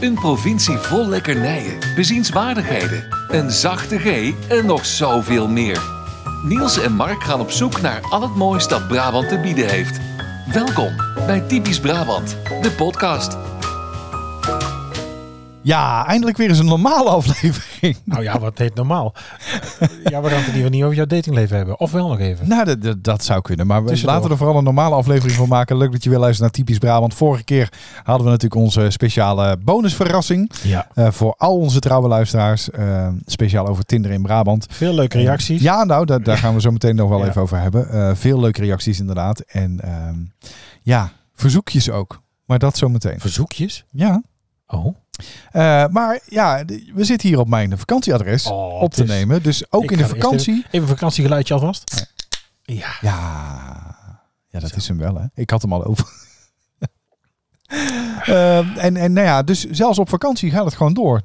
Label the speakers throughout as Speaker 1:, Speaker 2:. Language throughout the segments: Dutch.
Speaker 1: Een provincie vol lekkernijen, bezienswaardigheden, een zachte G en nog zoveel meer. Niels en Mark gaan op zoek naar al het moois dat Brabant te bieden heeft. Welkom bij Typisch Brabant, de podcast.
Speaker 2: Ja, eindelijk weer eens een normale aflevering.
Speaker 3: Nou ja, wat heet normaal? ja, we gaan het in ieder geval niet over jouw datingleven hebben. Of wel nog even.
Speaker 2: Nou, dat, dat, dat zou kunnen. Maar we
Speaker 3: Tussendoor.
Speaker 2: laten we er vooral een normale aflevering van maken. Leuk dat je weer luistert naar Typisch Brabant. Vorige keer hadden we natuurlijk onze speciale bonusverrassing.
Speaker 3: Ja.
Speaker 2: eh, voor al onze trouwe luisteraars. eh, speciaal over Tinder in Brabant.
Speaker 3: Veel leuke reacties.
Speaker 2: Ja, nou, daar, daar gaan we zo meteen nog wel
Speaker 3: Ja.
Speaker 2: even over hebben. Eh, veel leuke reacties inderdaad. En ehm, ja, verzoekjes ook. Maar dat zo meteen.
Speaker 3: Verzoekjes.
Speaker 2: Ja.
Speaker 3: Oh.
Speaker 2: Eh, maar ja, d- we zitten hier op mijn vakantieadres
Speaker 3: Oh,
Speaker 2: op te
Speaker 3: het is-
Speaker 2: nemen. Dus ook
Speaker 3: Ik
Speaker 2: in de
Speaker 3: ga eerst
Speaker 2: vakantie.
Speaker 3: Even vakantiegeluidje alvast. Ja.
Speaker 2: Ja, ja dat
Speaker 3: Zo.
Speaker 2: is hem wel, hè? Ik had hem al over. Ehm, en, en nou ja, dus zelfs op vakantie gaat het gewoon door.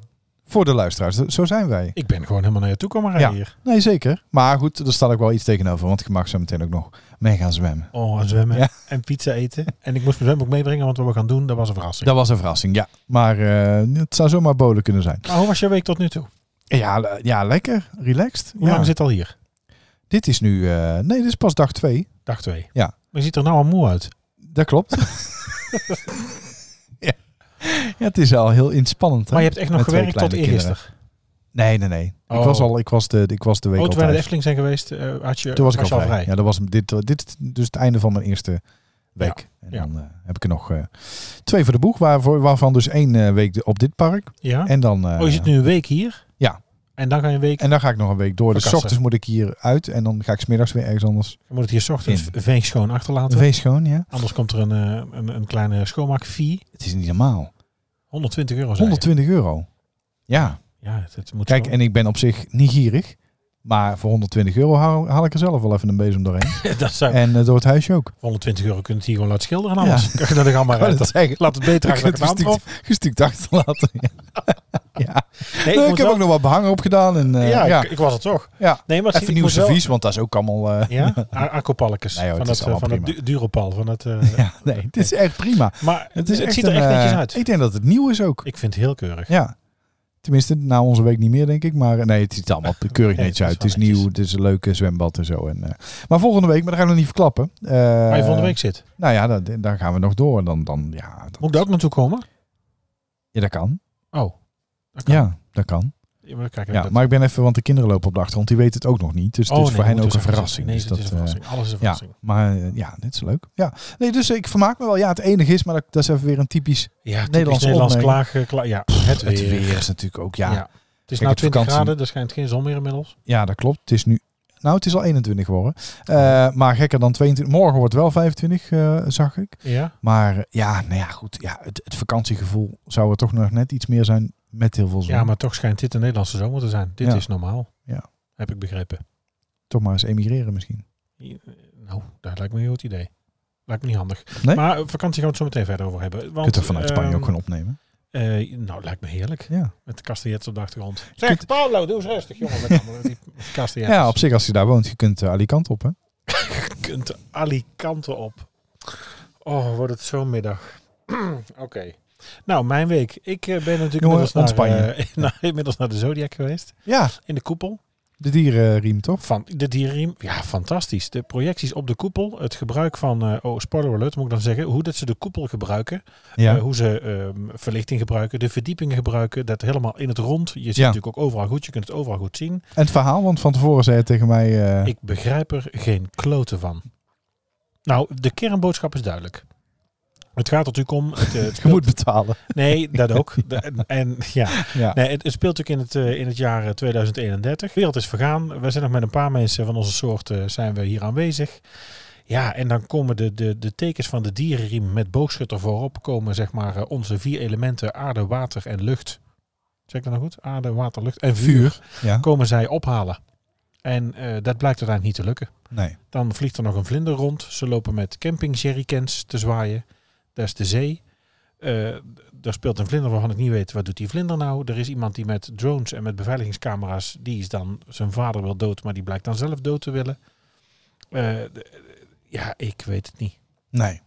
Speaker 2: Voor de luisteraars, zo zijn wij.
Speaker 3: Ik ben gewoon helemaal naar je toe komen rijden hier.
Speaker 2: Nee, zeker. Maar goed, daar staat ook wel iets tegenover. Want je mag zo meteen ook nog mee gaan zwemmen.
Speaker 3: Oh, en zwemmen.
Speaker 2: Ja.
Speaker 3: En pizza eten. En ik moest mijn zwembroek meebrengen, want wat we gaan doen, dat was een verrassing.
Speaker 2: Dat was een verrassing, ja. Maar eh, het zou zomaar bolen kunnen zijn.
Speaker 3: Maar hoe was je week tot nu toe?
Speaker 2: Ja, le- ja lekker. Relaxed.
Speaker 3: Hoe
Speaker 2: Ja.
Speaker 3: lang zit al hier?
Speaker 2: Dit is nu... eh, nee, dit is pas dag twee.
Speaker 3: Dag twee.
Speaker 2: Ja.
Speaker 3: Maar je ziet er nou al moe uit.
Speaker 2: Dat klopt. ja. ja, het is al heel inspannend. hè?
Speaker 3: Maar je hebt echt nog
Speaker 2: Met twee
Speaker 3: gewerkt tot
Speaker 2: kleine kinderen.
Speaker 3: eergisteren.
Speaker 2: Nee, nee, nee. Ik
Speaker 3: Oh.
Speaker 2: was al, ik was de, ik was de week
Speaker 3: Oh,
Speaker 2: al
Speaker 3: toen wij naar de
Speaker 2: thuis.
Speaker 3: Efteling zijn geweest, eh, had je,
Speaker 2: Toen was ik al
Speaker 3: je
Speaker 2: vrij. Ja, dat was dit, dit is dus het einde van mijn eerste week. en
Speaker 3: ja.
Speaker 2: dan eh, heb ik er nog eh, twee voor de boeg, waarvoor, waarvan dus één eh, week op dit park.
Speaker 3: Ja?
Speaker 2: En dan, eh,
Speaker 3: Oh, je zit nu een week hier?
Speaker 2: Ja.
Speaker 3: En dan ga je een week...
Speaker 2: en dan ga ik nog een week door. Dus
Speaker 3: Vakantie.
Speaker 2: ochtends moet ik hier uit en dan ga ik smiddags weer ergens anders.
Speaker 3: Je moet het hier 's ochtends veegschoon achterlaten.
Speaker 2: Wees schoon, ja.
Speaker 3: Anders komt er een, eh, een, een kleine schoonmaakfee.
Speaker 2: Het is niet normaal.
Speaker 3: 120 euro. zei je.
Speaker 2: 120 euro. Ja,
Speaker 3: Ja, het, het moet
Speaker 2: kijk,
Speaker 3: zo.
Speaker 2: en ik ben op zich niet gierig. Maar voor 120 euro haal, haal ik er zelf wel even een bezem doorheen.
Speaker 3: dat zou,
Speaker 2: En eh, door het huisje ook.
Speaker 3: 120 euro kun je het hier gewoon laten schilderen.
Speaker 2: Ja.
Speaker 3: Anders kan je dat er gewoon maar
Speaker 2: Kan
Speaker 3: uit.
Speaker 2: het zeggen.
Speaker 3: Laat het beter
Speaker 2: Ik
Speaker 3: achter
Speaker 2: het
Speaker 3: dan het aantrof.
Speaker 2: gestuukt, gestuukt achterlaten. ja. ja.
Speaker 3: Nee,
Speaker 2: Nee, ik,
Speaker 3: moest
Speaker 2: heb
Speaker 3: wel-
Speaker 2: ook nog wat behanger opgedaan. En, eh,
Speaker 3: ja,
Speaker 2: ja,
Speaker 3: Ik, ik was het toch.
Speaker 2: Ja.
Speaker 3: Nee, maar
Speaker 2: even
Speaker 3: ik
Speaker 2: nieuw
Speaker 3: moest wel-
Speaker 2: servies, want dat is ook allemaal... eh,
Speaker 3: Ja, Ar- Arcopalkes.
Speaker 2: Nee, hoor,
Speaker 3: van
Speaker 2: het is
Speaker 3: dat, eh,
Speaker 2: allemaal
Speaker 3: van dat
Speaker 2: prima.
Speaker 3: du- Duropal. Van dat, eh,
Speaker 2: ja, nee, dit is echt prima.
Speaker 3: Maar
Speaker 2: Het, is echt
Speaker 3: ziet er
Speaker 2: een,
Speaker 3: echt netjes
Speaker 2: eh,
Speaker 3: uit.
Speaker 2: Ik denk dat het nieuw is ook.
Speaker 3: Ik vind het heel keurig.
Speaker 2: Ja. Tenminste, na onze week niet meer, denk ik. Maar eh, nee, het ziet er allemaal keurig
Speaker 3: Nee,
Speaker 2: netjes
Speaker 3: het
Speaker 2: uit. Het
Speaker 3: is
Speaker 2: is
Speaker 3: wel netjes.
Speaker 2: nieuw, het is een leuke zwembad en zo. En, eh, maar volgende week, maar dat gaan we nog niet verklappen. Eh,
Speaker 3: Waar je volgende week zit.
Speaker 2: Nou ja, dat- daar gaan we nog door. Dan, dan, ja, dat,
Speaker 3: Moet ik daar ook naartoe komen?
Speaker 2: ja, dat kan.
Speaker 3: Oh. dat kan.
Speaker 2: Ja, dat kan.
Speaker 3: Ja, maar kijk,
Speaker 2: Ja,
Speaker 3: dat-
Speaker 2: maar ik ben even, want de kinderen lopen op de achtergrond. Die weten het ook nog niet. Dus het
Speaker 3: Oh,
Speaker 2: is
Speaker 3: nee,
Speaker 2: voor
Speaker 3: dat
Speaker 2: hen ook
Speaker 3: moet
Speaker 2: een
Speaker 3: dus
Speaker 2: verrassing.
Speaker 3: Nee,
Speaker 2: dus
Speaker 3: dat is een
Speaker 2: eh,
Speaker 3: verrassing. Alles is een
Speaker 2: Ja,
Speaker 3: verrassing.
Speaker 2: maar eh, ja, dit is leuk. Ja, nee, dus ik vermaak me wel. Ja, het enige is, maar dat, dat is even weer een typisch.
Speaker 3: Ja, typisch
Speaker 2: Nederlands
Speaker 3: Nederlands, Nederlands
Speaker 2: opmerking.
Speaker 3: klagen. kla- ja, het weer.
Speaker 2: is natuurlijk ook, ja.
Speaker 3: Ja.
Speaker 2: Ja,
Speaker 3: Het is
Speaker 2: Kijk,
Speaker 3: nou
Speaker 2: het
Speaker 3: 20
Speaker 2: vakantie-
Speaker 3: graden, er schijnt geen zon meer inmiddels.
Speaker 2: dat klopt. Het is nu, nou, het is al 21 geworden. Eh, maar gekker dan 22. Morgen wordt wel 25, eh, zag ik.
Speaker 3: Ja.
Speaker 2: Maar eh, ja, nou ja, goed. Ja, het, het vakantiegevoel zou er toch nog net iets meer zijn met heel veel zon.
Speaker 3: ja, maar toch schijnt dit de Nederlandse zomer te zijn. Dit
Speaker 2: Ja.
Speaker 3: is normaal.
Speaker 2: Ja.
Speaker 3: Heb ik begrepen.
Speaker 2: Toch maar eens emigreren misschien.
Speaker 3: I- Nou, dat lijkt me een heel goed idee. Lijkt me niet handig.
Speaker 2: Nee?
Speaker 3: Maar eh, vakantie gaan we het zo meteen verder over hebben. Want,
Speaker 2: Je kunt er vanuit Spanje
Speaker 3: ehm,
Speaker 2: ook gewoon opnemen.
Speaker 3: eh, nou, lijkt me heerlijk.
Speaker 2: Ja.
Speaker 3: Met de castellets op de achtergrond.
Speaker 2: Zeg,
Speaker 3: Zeg, Paolo, doe eens rustig, jongen. Met allemaal die castellets.
Speaker 2: ja, op zich als je daar woont, je kunt eh, Alicante op, hè?
Speaker 3: Je kunt Alicante op. Oh, wordt het zo'n middag. Oké. Nou, mijn week. Ik eh, ben natuurlijk
Speaker 2: Jongen,
Speaker 3: inmiddels, naar,
Speaker 2: ontspan je.
Speaker 3: eh, naar- inmiddels naar de Zodiac geweest.
Speaker 2: Ja,
Speaker 3: In de koepel.
Speaker 2: de dierenriem, toch?
Speaker 3: Van de dierenriem. Ja, fantastisch. De projecties op de koepel. Het gebruik van, eh, oh, spoiler alert moet ik dan zeggen. Hoe dat ze de koepel gebruiken.
Speaker 2: Ja.
Speaker 3: Eh, hoe ze ehm, verlichting gebruiken. De verdieping gebruiken. Dat helemaal in het rond. Je ziet
Speaker 2: Ja.
Speaker 3: natuurlijk ook overal goed. Je kunt het overal goed zien.
Speaker 2: En het verhaal, want van tevoren zei je tegen mij... eh,
Speaker 3: Ik begrijp er geen kloten van. Nou, de kernboodschap is duidelijk. Het gaat er natuurlijk om. Het, eh, het
Speaker 2: je
Speaker 3: speelt-
Speaker 2: moet betalen.
Speaker 3: Nee, dat ook. Da- en- En ja,
Speaker 2: Ja.
Speaker 3: nee, het, het speelt natuurlijk in het, eh, in het jaar eh, 2031. De wereld is vergaan. We zijn nog met een paar mensen van onze soort eh, zijn we hier aanwezig. Ja, en dan komen de, de, de tekens van de dierenriem met boogschutter voorop. Komen zeg maar eh, onze vier elementen aarde, water en lucht. Zeg ik dat nou goed? Aarde, water, lucht en vuur.
Speaker 2: Ja.
Speaker 3: Komen zij ophalen. En eh, dat blijkt uiteindelijk niet te lukken.
Speaker 2: Nee.
Speaker 3: Dan vliegt er nog een vlinder rond. Ze lopen met camping jerrycans te zwaaien. Daar is de zee. Eh, daar speelt een vlinder waarvan ik niet weet wat doet die vlinder nou. Er is iemand die met drones en met beveiligingscamera's, die is dan zijn vader wil dood, maar die blijkt dan zelf dood te willen. Eh, d- ja, ik weet het niet.
Speaker 2: Nee.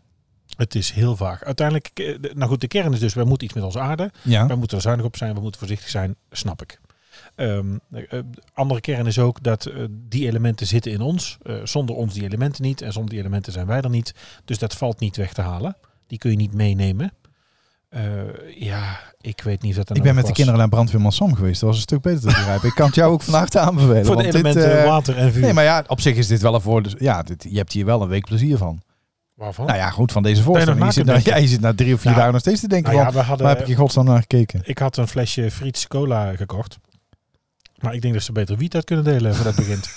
Speaker 3: Het is heel vaag. Uiteindelijk, eh, de- nou goed, de kern is dus, wij moeten iets met onze aarde.
Speaker 2: Ja.
Speaker 3: Wij moeten er zuinig op zijn, we moeten voorzichtig zijn, snap ik. Ehm, eh, eh, andere kern is ook dat eh, die elementen zitten in ons. Eh, zonder ons die elementen niet en zonder die elementen zijn wij er niet. Dus dat valt niet weg te halen. Die kun je niet meenemen. Eh, ja, ik weet niet of dat dan
Speaker 2: Ik ben met
Speaker 3: ook
Speaker 2: de
Speaker 3: was.
Speaker 2: kinderen naar Brandweer Mansam geweest. Dat was een stuk beter te begrijpen. Ik kan het jou ook van harte aanbevelen.
Speaker 3: Voor de
Speaker 2: want dit,
Speaker 3: elementen
Speaker 2: eh,
Speaker 3: water en vuur.
Speaker 2: Nee, maar ja, op zich is dit wel een voordeel. Ja, dit, je hebt hier wel een week plezier van.
Speaker 3: Waarvan?
Speaker 2: Nou ja, goed, van deze
Speaker 3: Ben je
Speaker 2: voorstelling. Je
Speaker 3: nog
Speaker 2: zit,
Speaker 3: na
Speaker 2: na,
Speaker 3: te denken?
Speaker 2: ja, je zit na drie of vier
Speaker 3: Nou,
Speaker 2: dagen nog steeds te denken
Speaker 3: Nou ja,
Speaker 2: van,
Speaker 3: we hadden,
Speaker 2: waar heb ik in godsnaam naar gekeken?
Speaker 3: ik had een flesje Friets cola gekocht. Maar ik denk dat ze beter wiet uit kunnen delen voordat het begint.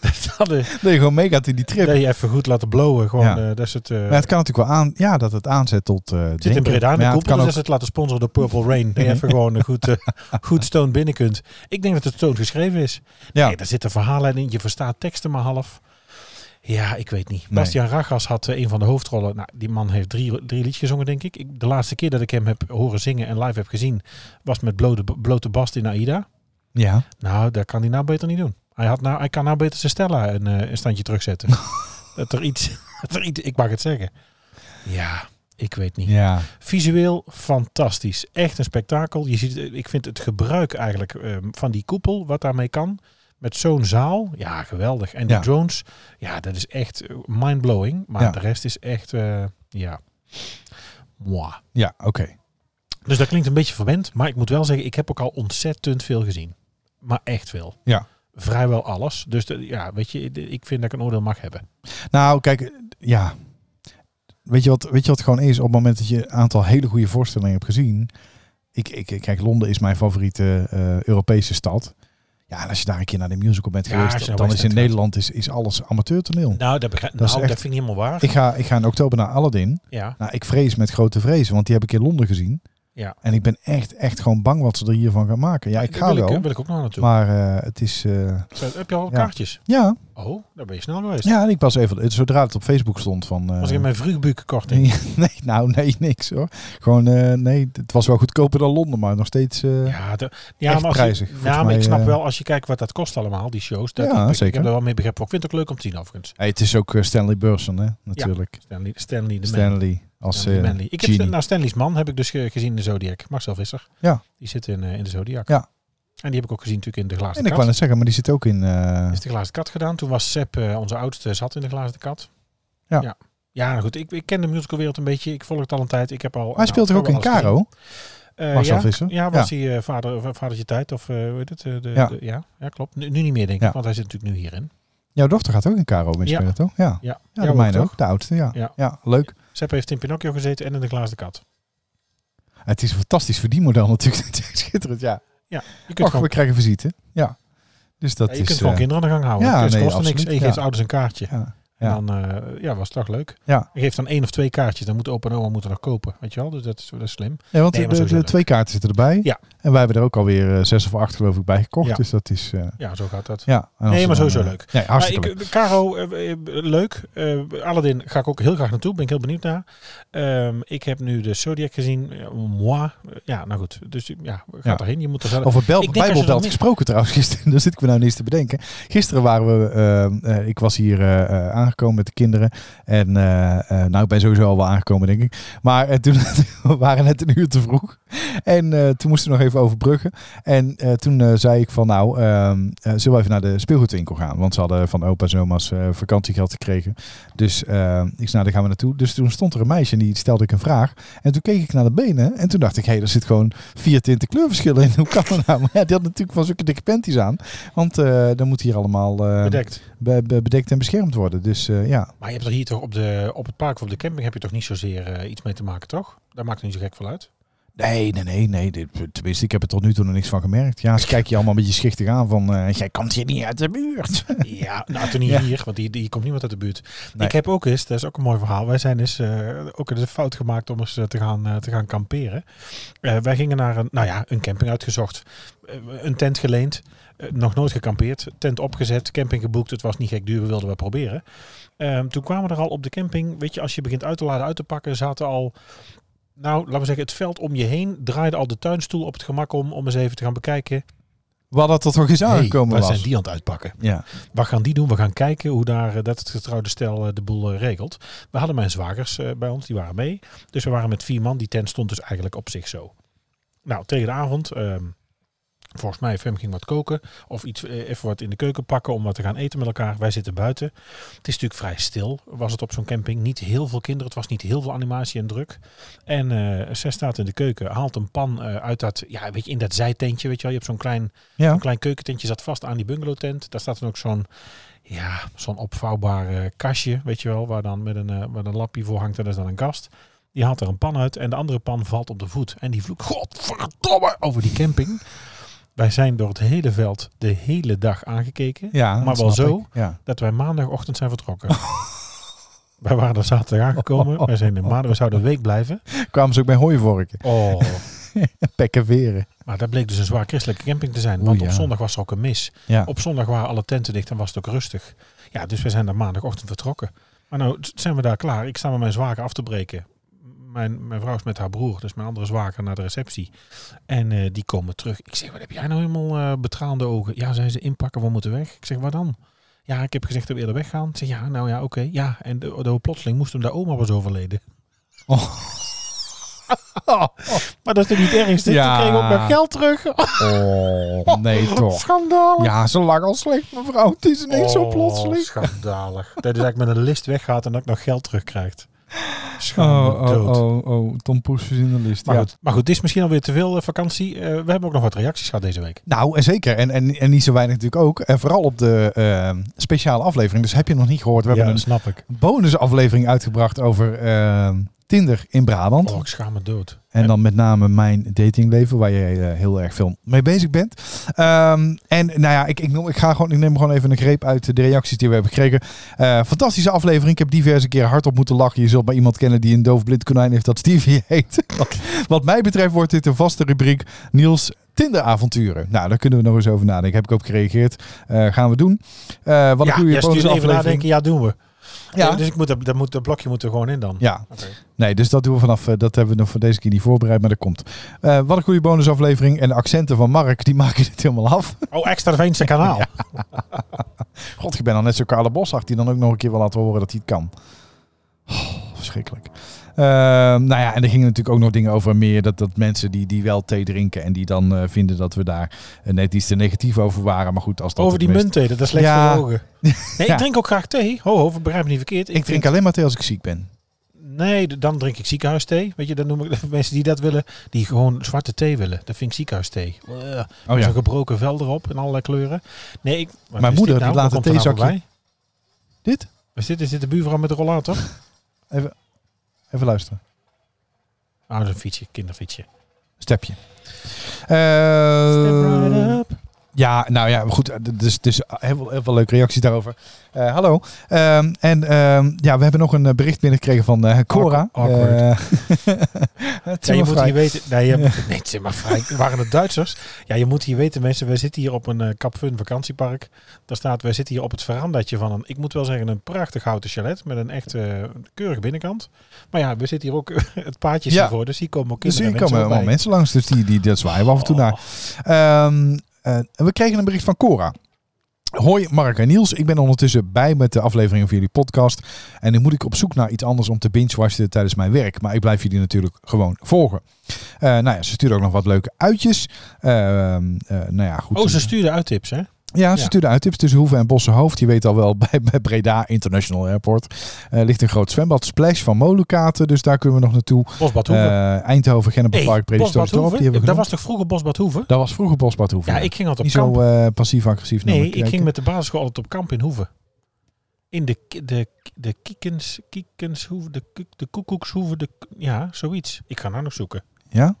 Speaker 3: dat hadden
Speaker 2: Nee, gewoon meegaat in die trip.
Speaker 3: dat je even goed laten blowen. Gewoon,
Speaker 2: Ja.
Speaker 3: eh, dat is het, eh,
Speaker 2: Maar het kan natuurlijk wel aan, ja, dat het aanzet tot eh
Speaker 3: zit in
Speaker 2: denken.
Speaker 3: Breda in
Speaker 2: Maar
Speaker 3: de
Speaker 2: ja,
Speaker 3: koepel,
Speaker 2: het kan
Speaker 3: dus
Speaker 2: ook,
Speaker 3: dat ze het laten sponsoren door Purple Rain. Dat je even gewoon een goed, eh, goed stone binnen kunt. Ik denk dat het stone geschreven is.
Speaker 2: ja.
Speaker 3: Nee, daar zit een verhaallijn in. Je verstaat teksten maar half. Ja, ik weet niet.
Speaker 2: Nee.
Speaker 3: Bastiaan Ragas had eh, een van de hoofdrollen. Nou, die man heeft drie, drie liedjes gezongen, denk ik. ik. De laatste keer dat ik hem heb horen zingen en live heb gezien... was met blote, blote bast in Aida.
Speaker 2: ja.
Speaker 3: Nou, dat kan hij nou beter niet doen. Hij, had nou, hij kan nou beter zijn Stella een, eh, een standje terugzetten. dat, er iets, dat er iets... Ik mag het zeggen. Ja, ik weet niet.
Speaker 2: Ja.
Speaker 3: Visueel fantastisch. Echt een spektakel. Je ziet, eh, ik vind het gebruik eigenlijk eh, van die koepel, wat daarmee kan. Met zo'n zaal, ja, geweldig. En die
Speaker 2: Ja.
Speaker 3: drones, ja, dat is echt eh, mind-blowing. Maar
Speaker 2: Ja.
Speaker 3: de rest is echt, eh, ja, moi.
Speaker 2: Ja, oké.
Speaker 3: Dus dat klinkt een beetje verwend. Maar ik moet wel zeggen, ik heb ook al ontzettend veel gezien. Maar echt veel.
Speaker 2: Ja.
Speaker 3: Vrijwel alles. Dus de- ja, weet je, de- ik vind dat ik een oordeel mag hebben.
Speaker 2: Nou, kijk, ja. Weet je, wat, weet je wat het gewoon is? Op het moment dat je een aantal hele goede voorstellingen hebt gezien. Ik, ik, ik- kijk, Londen is mijn favoriete eh, Europese stad. Ja, en als je daar een keer naar de musical bent
Speaker 3: Ja, als
Speaker 2: geweest,
Speaker 3: je naar
Speaker 2: dan
Speaker 3: West
Speaker 2: is in
Speaker 3: End gaat.
Speaker 2: Nederland is, is alles amateurtoneel.
Speaker 3: Nou, dat, begrijp,
Speaker 2: Dat is
Speaker 3: nou,
Speaker 2: echt-
Speaker 3: dat vind ik helemaal waar.
Speaker 2: Ik ga, ik ga in oktober naar Aladdin.
Speaker 3: ja.
Speaker 2: Nou, ik vrees met grote vrezen, want die heb ik in Londen gezien.
Speaker 3: Ja.
Speaker 2: En ik ben echt, echt gewoon bang wat ze er hiervan gaan maken. Ja, ik
Speaker 3: Daar
Speaker 2: ga
Speaker 3: wil ik,
Speaker 2: wel,
Speaker 3: wil ik ook nog naartoe.
Speaker 2: maar eh, het is... eh,
Speaker 3: Zo, heb je al
Speaker 2: Ja.
Speaker 3: kaartjes?
Speaker 2: ja,
Speaker 3: Oh, daar ben je snel geweest.
Speaker 2: ja, en ik was even... eh, Zodra het op Facebook stond van... eh,
Speaker 3: Was ik in mijn vroegbuik korting.
Speaker 2: Nee, nee, nou nee, niks hoor. Gewoon, eh, nee, het was wel goedkoper dan Londen, maar nog steeds... eh, ja.
Speaker 3: Ja, de,
Speaker 2: Echt
Speaker 3: ja, maar, als je-
Speaker 2: prijzig,
Speaker 3: ja,
Speaker 2: volgens
Speaker 3: maar
Speaker 2: mij,
Speaker 3: ik
Speaker 2: eh.
Speaker 3: snap wel als je kijkt wat dat kost allemaal, die shows. Dat
Speaker 2: Ja,
Speaker 3: ik- ik, Ik
Speaker 2: zeker.
Speaker 3: heb er wel mee begrepen. Ik vind het ook leuk om te zien overigens.
Speaker 2: het is ook eh, Stanley Burson, hè, natuurlijk.
Speaker 3: Stanley, Stanley de Man.
Speaker 2: Stanley als
Speaker 3: Stanley
Speaker 2: eh,
Speaker 3: Manley. Ik heb,
Speaker 2: genie.
Speaker 3: nou, Stanley's man heb ik dus ge- gezien in de Zodiac. Marcel Visser.
Speaker 2: Ja.
Speaker 3: Die zit in, eh, in de Zodiac.
Speaker 2: Ja.
Speaker 3: En die heb ik ook gezien natuurlijk in De Glazen
Speaker 2: en ik
Speaker 3: Kat.
Speaker 2: wou net zeggen, maar die zit ook in... eh,
Speaker 3: Is De Glazen Kat gedaan. Toen was Sepp, eh, onze oudste, zat in De Glazen Kat.
Speaker 2: Ja.
Speaker 3: Ja, ja nou goed. Ik, ik ken de musicalwereld een beetje. Ik volg het al een tijd. Ik heb al,
Speaker 2: hij speelt er ook in Caro, Marcel
Speaker 3: Eh, ja.
Speaker 2: Visser.
Speaker 3: Ja, was hij eh, vader, of vadertje tijd of eh, hoe heet het? eh, de,
Speaker 2: Ja.
Speaker 3: ja. De, ja, ja, klopt. Nu, nu niet meer denk ik,
Speaker 2: Ja.
Speaker 3: want hij zit natuurlijk nu hierin.
Speaker 2: Jouw dochter gaat ook in Caro mee
Speaker 3: Ja.
Speaker 2: spelen, toch? Ja,
Speaker 3: Ja,
Speaker 2: ja,
Speaker 3: Ja,
Speaker 2: de
Speaker 3: ook,
Speaker 2: mijne
Speaker 3: toch?
Speaker 2: ook, de oudste, ja. Ja,
Speaker 3: Ja.
Speaker 2: leuk.
Speaker 3: Sepp heeft in Pinocchio gezeten en in de glazen kat.
Speaker 2: Het is een fantastisch verdienmodel natuurlijk. Het is Schitterend, ja.
Speaker 3: Je kunt
Speaker 2: Och,
Speaker 3: gewoon,
Speaker 2: we krijgen visite. Ja, dus dat
Speaker 3: ja, je
Speaker 2: is...
Speaker 3: kunt gewoon
Speaker 2: eh,
Speaker 3: kinderen aan de gang houden.
Speaker 2: ja,
Speaker 3: Ja, dus
Speaker 2: nee,
Speaker 3: kost er niks. En
Speaker 2: absoluut,
Speaker 3: je
Speaker 2: ja.
Speaker 3: geeft ouders een kaartje.
Speaker 2: ja.
Speaker 3: En dan eh, ja, was het toch leuk.
Speaker 2: Ja.
Speaker 3: Je geeft dan één of twee kaartjes. Dan moet opa en oma moeten nog kopen. Weet je wel? Dus dat is, dat is slim.
Speaker 2: Ja, want
Speaker 3: Nee,
Speaker 2: de-
Speaker 3: maar
Speaker 2: de,
Speaker 3: sowieso
Speaker 2: de
Speaker 3: leuk.
Speaker 2: twee kaarten zitten erbij.
Speaker 3: Ja.
Speaker 2: En wij hebben er ook alweer eh, zes of acht geloof ik bij gekocht.
Speaker 3: Ja.
Speaker 2: Dus dat is... eh,
Speaker 3: Ja, zo gaat dat.
Speaker 2: ja. En als
Speaker 3: Nee,
Speaker 2: we
Speaker 3: maar
Speaker 2: dan,
Speaker 3: sowieso
Speaker 2: eh,
Speaker 3: leuk.
Speaker 2: Nee, hartstikke leuk.
Speaker 3: Maar ik, Caro, eh, eh, leuk. Eh Aladdin ga ik ook heel graag naartoe. Ben ik heel benieuwd naar. Ehm, ik heb nu de Zodiac gezien. Eh, moi. Eh, Ja, nou goed. Dus ja, ga
Speaker 2: Ja.
Speaker 3: erheen. Je moet er zelf...
Speaker 2: Over bel,
Speaker 3: Ik denk als je
Speaker 2: Bijbelbelt
Speaker 3: dat mist-
Speaker 2: gesproken trouwens gisteren. Daar zit ik me nou niets te bedenken. Gisteren waren we... eh, eh, ik was hier eh, eh, aangekomen met de kinderen. En eh, eh, nou, ik ben sowieso al wel aangekomen denk ik. Maar eh, toen we waren net een uur te vroeg. En eh, toen moesten we nog even overbruggen. En eh, toen eh, zei ik van nou, ehm, eh, zullen we even naar de speelgoedwinkel gaan? Want ze hadden van opa en oma's eh, vakantiegeld gekregen. Dus ehm, ik zei nou, daar gaan we naartoe. Dus toen stond er een meisje en die stelde ik een vraag. En toen keek ik naar de benen en toen dacht ik, hé, hey, er zit gewoon vier tinten kleurverschillen in. Hoe kan dat nou? Maar ja, die had natuurlijk van zulke dikke panties aan. Want eh, dan moet hier allemaal eh,
Speaker 3: Bedekt.
Speaker 2: be- be- bedekt en beschermd worden. Dus eh, ja.
Speaker 3: Maar je hebt er hier toch op, de, op het park of op de camping heb je toch niet zozeer eh, iets mee te maken, toch? Daar maakt het niet zo gek veel uit.
Speaker 2: Nee, nee, nee, nee. Dit, tenminste, ik heb er tot nu toe nog niks van gemerkt. Ja, ze kijken je allemaal een beetje schichtig aan van, eh, jij komt hier niet uit de buurt.
Speaker 3: Ja, nou toen niet
Speaker 2: Ja.
Speaker 3: hier, want hier, hier komt niemand uit de buurt.
Speaker 2: Nee.
Speaker 3: Ik heb ook eens, dat is ook een mooi verhaal. Wij zijn eens eh, ook eens een fout gemaakt om eens eh, te, gaan, eh, te gaan kamperen. Eh, wij gingen naar een, nou ja, een camping uitgezocht. Eh, een tent geleend. Eh, nog nooit gekampeerd. Tent opgezet, camping geboekt. Het was niet gek duur, we wilden wel proberen. Ehm, toen kwamen we er al op de camping. Weet je, als je begint uit te laden, uit te pakken, zaten al... Nou, laten we zeggen, het veld om je heen draaide al de tuinstoel op het gemak om, om eens even te gaan bekijken.
Speaker 2: Waar dat er toch eens
Speaker 3: Hey,
Speaker 2: aangekomen
Speaker 3: waar
Speaker 2: was.
Speaker 3: zijn die aan het uitpakken?
Speaker 2: Ja.
Speaker 3: Wat gaan die doen? We gaan kijken hoe daar eh, dat het getrouwde stel eh, de boel eh, regelt. We hadden mijn zwagers eh, bij ons, die waren mee. Dus we waren met vier man. Die tent stond dus eigenlijk op zich zo. Nou, tegen de avond. ehm, volgens mij, Fem ging wat koken. Of iets, eh, even wat in de keuken pakken om wat te gaan eten met elkaar. Wij zitten buiten. Het is natuurlijk vrij stil, was het op zo'n camping. Niet heel veel kinderen, het was niet heel veel animatie en druk. En eh zij staat in de keuken, haalt een pan eh, uit dat, ja, weet je, in dat zijtentje, weet je wel. Je hebt zo'n klein
Speaker 2: Ja.
Speaker 3: een klein keukententje zat vast aan die bungalowtent. Daar staat dan ook zo'n ja, zo'n opvouwbaar eh, kastje, weet je wel, waar dan met een, eh, met een lapje voor hangt en daar is dan een kast. Die haalt er een pan uit en de andere pan valt op de voet. En die vloekt, godverdomme, over die camping. Wij zijn door het hele veld de hele dag aangekeken.
Speaker 2: ja
Speaker 3: Maar
Speaker 2: dat
Speaker 3: wel
Speaker 2: snap
Speaker 3: zo.
Speaker 2: ik. Ja.
Speaker 3: Dat wij maandagochtend zijn vertrokken. wij waren er zaterdag aangekomen. Wij zijn in maandag, we zouden een week blijven.
Speaker 2: Kwamen ze ook bij hooivorken.
Speaker 3: Oh,
Speaker 2: Pekken veren.
Speaker 3: maar dat bleek dus een zwaar christelijke camping te zijn.
Speaker 2: Oeh,
Speaker 3: Want op
Speaker 2: ja.
Speaker 3: zondag was er ook een mis.
Speaker 2: Ja.
Speaker 3: Op zondag waren alle tenten dicht en was het ook rustig. Ja, dus we zijn daar maandagochtend vertrokken. Maar nou t- zijn we daar klaar. Ik sta met mijn zwager af te breken. Mijn, mijn vrouw is met haar broer, dus mijn andere zwager, naar de receptie. En eh, die komen terug. Ik zeg, wat heb jij nou helemaal eh, betraande ogen? Ja, zei ze, inpakken, we moeten weg. Ik zeg, waar dan? Ja, ik heb gezegd dat we eerder weggaan. Ze ja, nou ja, oké. Ja, en de, de, plotseling moest hem de oma was overleden.
Speaker 2: Oh.
Speaker 3: Maar dat is toch niet het ergste?
Speaker 2: Ja.
Speaker 3: Toen kreeg ik ook mijn geld terug.
Speaker 2: Oh, nee toch.
Speaker 3: Schandaal.
Speaker 2: Ja, ze lag al slecht, mevrouw. Het is ineens zo
Speaker 3: Oh,
Speaker 2: plotseling.
Speaker 3: Schandalig. dat is eigenlijk met een list weggaat en dat ik nog geld terugkrijgt.
Speaker 2: Oh,
Speaker 3: Schande dood.
Speaker 2: oh, oh, oh. Tom Poes is in de list.
Speaker 3: Maar,
Speaker 2: ja.
Speaker 3: goed, maar goed, dit is misschien alweer te veel eh, vakantie. Eh, we hebben ook nog wat reacties gehad deze week.
Speaker 2: Nou, en zeker. En, en, en niet zo weinig natuurlijk ook. En vooral op de ehm, speciale aflevering. Dus heb je nog niet gehoord. We hebben
Speaker 3: snap ik.
Speaker 2: een bonusaflevering uitgebracht over ehm, Tinder in Brabant.
Speaker 3: Oh, ik schaam me dood.
Speaker 2: En dan met name mijn datingleven, waar jij eh, heel erg veel mee bezig bent. Ehm, en nou ja, ik, ik, noem- ik, ga gewoon, ik neem gewoon even een greep uit de reacties die we hebben gekregen. Eh, fantastische aflevering. Ik heb diverse keren hardop moeten lachen. Je zult maar iemand kennen die een doof blind konijn heeft dat Stevie heet. Wat, wat mij betreft wordt dit een vaste rubriek Niels Tinderavonturen. Nou, daar kunnen we nog eens over nadenken. Heb ik op gereageerd. Eh, gaan we doen. Eh, wat
Speaker 3: ja,
Speaker 2: een goede
Speaker 3: jij stuurt even
Speaker 2: bonusaflevering.
Speaker 3: nadenken. Ja, doen we.
Speaker 2: Ja.
Speaker 3: Eh, dus ik moet dat, dat, moet, dat blokje moet er gewoon in dan.
Speaker 2: Ja,
Speaker 3: Oké.
Speaker 2: Nee, dus dat doen we vanaf. eh, Dat hebben we nog voor deze keer niet voorbereid, maar dat komt. Eh, wat een goede bonusaflevering. En de accenten van Mark, die maken dit helemaal af.
Speaker 3: Oh, extra Veense kanaal.
Speaker 2: God, ik ben al net zo Carla Bossart, die dan ook nog een keer wil laten horen dat hij het kan. Oh, verschrikkelijk. Ehm, nou ja, en er gingen natuurlijk ook nog dingen over meer. Dat, dat mensen die, die wel thee drinken en die dan eh, vinden dat we daar eh, net iets te negatief over waren. Maar goed, als dat
Speaker 3: Over
Speaker 2: het
Speaker 3: die
Speaker 2: meest-
Speaker 3: munten, dat is slecht
Speaker 2: Ja.
Speaker 3: voor de ogen. Nee,
Speaker 2: Ja.
Speaker 3: ik drink ook graag thee. Ho, ho, begrijp me niet verkeerd.
Speaker 2: Ik drink alleen maar thee als ik ziek ben.
Speaker 3: Nee, d- dan drink ik ziekenhuisthee. Weet je, dan noem ik mensen die dat willen, die gewoon zwarte thee willen. Dat vind ik ziekenhuisthee. Ugh.
Speaker 2: Oh ja.
Speaker 3: Zo'n gebroken vel erop in allerlei kleuren. Nee, ik, wat
Speaker 2: Mijn
Speaker 3: is
Speaker 2: moeder,
Speaker 3: dit nou?
Speaker 2: die laat
Speaker 3: Waar
Speaker 2: een
Speaker 3: komt er nou
Speaker 2: theezakje-
Speaker 3: voorbij?
Speaker 2: Dit?
Speaker 3: Wat Is dit, is dit de buurvrouw met de rollator?
Speaker 2: Even luisteren.
Speaker 3: Oh, dat is een fietsje, kinderfietsje.
Speaker 2: Stepje. Eh,
Speaker 3: Step right up.
Speaker 2: ja, nou ja, maar goed. eh, Dus, dus heel, veel- heel veel leuke reacties daarover. Eh, hallo. Ehm, en ehm, ja, we hebben nog een eh, bericht binnengekregen van eh, Cora.
Speaker 3: Awkward. Awkward.
Speaker 2: Eh, het is
Speaker 3: Ja, je
Speaker 2: maar
Speaker 3: moet
Speaker 2: vrij.
Speaker 3: hier weten. Nee, je, nee, het is maar vrij. Waren het Duitsers? Ja, je moet hier weten, mensen. Wij zitten hier op een eh Cap Fun vakantiepark. Daar staat, wij zitten hier op het verandaatje van een, ik moet wel zeggen, een prachtig houten chalet. Met een echt eh, keurige binnenkant. Maar ja, we zitten hier ook, het paadje is
Speaker 2: Ja.
Speaker 3: hiervoor. Dus hier komen ook
Speaker 2: Dus
Speaker 3: kinderen
Speaker 2: hier
Speaker 3: en mensen
Speaker 2: komen
Speaker 3: wel
Speaker 2: allemaal
Speaker 3: bij.
Speaker 2: mensen
Speaker 3: Oh,
Speaker 2: langs. Dus die, die, dat zwaaien we af en toe naar. Ehm, eh, we kregen een bericht van Cora. Hoi Mark en Niels, ik ben ondertussen bij met de aflevering van jullie podcast. En nu moet ik op zoek naar iets anders om te binge-watchen tijdens mijn werk. Maar ik blijf jullie natuurlijk gewoon volgen. Eh, nou ja, ze sturen ook nog wat leuke uitjes. Ehm, eh, nou ja, goed.
Speaker 3: Oh, ze stuurden uittips, hè?
Speaker 2: Ja, ze
Speaker 3: Ja.
Speaker 2: sturen uittips tussen Hoeven en Bossenhoofd. Je weet al wel, bij, bij Breda International Airport eh, ligt een groot zwembad. Splash van Molenkaten, dus daar kunnen we nog naartoe.
Speaker 3: Bosbad Hoeven.
Speaker 2: Eh Eindhoven,
Speaker 3: Hey,
Speaker 2: Gennepenpark, Prehistorisch Dorp. Die hebben we
Speaker 3: dat
Speaker 2: genoemd.
Speaker 3: was toch vroeger Bosbad Hoeven?
Speaker 2: Dat was vroeger Bosbad Hoeven.
Speaker 3: Ja,
Speaker 2: ja.
Speaker 3: ik ging altijd
Speaker 2: Niet
Speaker 3: op kamp.
Speaker 2: zo eh, passief-agressief. naar
Speaker 3: nee,
Speaker 2: me
Speaker 3: ik ging
Speaker 2: kijken.
Speaker 3: met de basisschool altijd op kamp in Hoeven. In de, ki- de, de Kiekens, Kiekenshoeven, de, Koek- de Koekoekshoeven, de, K- ja, zoiets. Ik ga nou nog zoeken.
Speaker 2: Ja?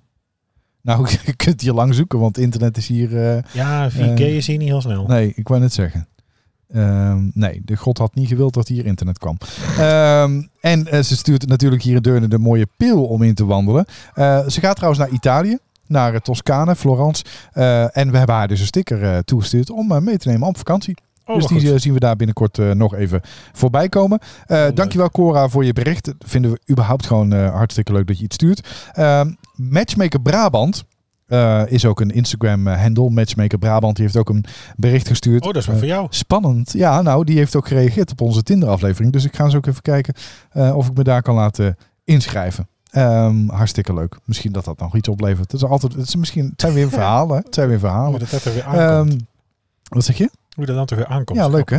Speaker 2: Nou, je kunt hier lang zoeken, want internet is hier... eh,
Speaker 3: Ja, 4G
Speaker 2: Eh,
Speaker 3: is hier niet heel snel.
Speaker 2: nee, ik wou net zeggen. Ehm, nee, de god had niet gewild dat hier internet kwam. Ehm, en eh, ze stuurt natuurlijk hier in Deurne de mooie pil om in te wandelen. Eh, ze gaat trouwens naar Italië, naar eh, Toscane, Florence. Eh, en we hebben haar dus een sticker eh, toegestuurd om eh, mee te nemen op vakantie.
Speaker 3: Oh,
Speaker 2: dus die
Speaker 3: maar goed. Oh,
Speaker 2: eh, zien we daar binnenkort eh, nog even voorbij komen. Eh,
Speaker 3: leuk.
Speaker 2: dankjewel Cora voor je bericht. Dat Vinden we überhaupt gewoon eh, hartstikke leuk dat je iets stuurt. Ehm, Matchmaker Brabant. eh, Eh, is ook een Instagram-handle, Matchmaker Brabant. Die heeft ook een bericht gestuurd.
Speaker 3: Oh, dat is wel
Speaker 2: Eh,
Speaker 3: voor jou.
Speaker 2: Spannend. Ja, nou, die heeft ook gereageerd op onze Tinder-aflevering. Dus ik ga eens ook even kijken eh, of ik me daar kan laten inschrijven. Ehm, hartstikke leuk. Misschien dat dat nog iets oplevert. Het, is altijd, het, is misschien, het zijn weer verhalen. hè. Het zijn weer
Speaker 3: Hoe
Speaker 2: verhalen.
Speaker 3: dat, dat Oh, er weer aankomt.
Speaker 2: Ehm, wat zeg je?
Speaker 3: Hoe dat dan toch weer aankomt.
Speaker 2: Ja, leuk hè.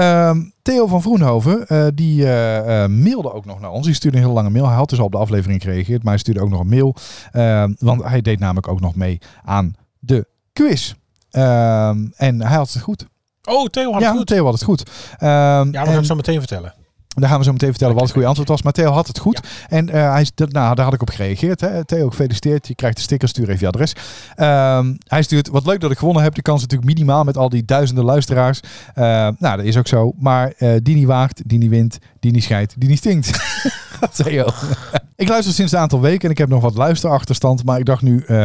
Speaker 2: Ehm, Theo van Vroenhoven, eh, die eh, eh, mailde ook nog naar ons. Die stuurde een hele lange mail. Hij had dus al op de aflevering gereageerd, maar hij stuurde ook nog een mail. Ehm, want hij deed namelijk ook nog mee aan de quiz. Ehm, en hij had het goed.
Speaker 3: Oh, Theo had
Speaker 2: ja,
Speaker 3: het goed.
Speaker 2: Theo had het goed. Ehm,
Speaker 3: Ja,
Speaker 2: en
Speaker 3: we gaan het zo meteen vertellen.
Speaker 2: daar gaan we zo meteen vertellen wat het goede antwoord was. Maar Theo had het goed. En eh, hij, is- dat- nou, daar had ik op gereageerd. Hè. Theo, gefeliciteerd. Je krijgt de sticker. Stuur even je adres. Ehm, hij stuurt, wat leuk dat ik gewonnen heb. De kans is natuurlijk minimaal met al die duizenden luisteraars. Eh, nou, dat is ook zo. Maar eh, die niet waagt, die niet wint, die niet scheidt, die niet stinkt. Theo. ik luister sinds een aantal weken en ik heb nog wat luisterachterstand. Maar ik dacht nu, eh,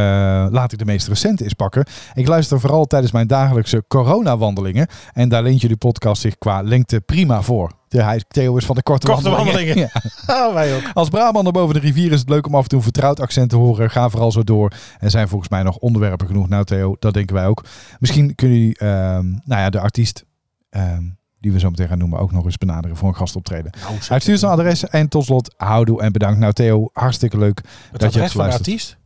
Speaker 2: laat ik de meest recente eens pakken. Ik luister vooral tijdens mijn dagelijkse coronawandelingen. En daar leent jullie podcast zich qua lengte prima voor. De, hij- Theo is van de korte,
Speaker 3: Korte
Speaker 2: Ja.
Speaker 3: wandelingen. Ah, wij ook.
Speaker 2: Als Brabander boven de rivier is het leuk om af en toe een vertrouwd accent te horen. Ga vooral zo door. Er zijn volgens mij nog onderwerpen genoeg. Nou Theo, dat denken wij ook. Misschien kunnen jullie ehm, nou ja, de artiest, ehm, die we zo meteen gaan noemen, ook nog eens benaderen voor een gastoptreden.
Speaker 3: Nou,
Speaker 2: Hij stuurt zijn adres en tot slot houdoe en bedankt. Nou Theo, hartstikke leuk. dat
Speaker 3: Het
Speaker 2: je
Speaker 3: adres
Speaker 2: hebt
Speaker 3: van de
Speaker 2: geluisterd.
Speaker 3: artiest?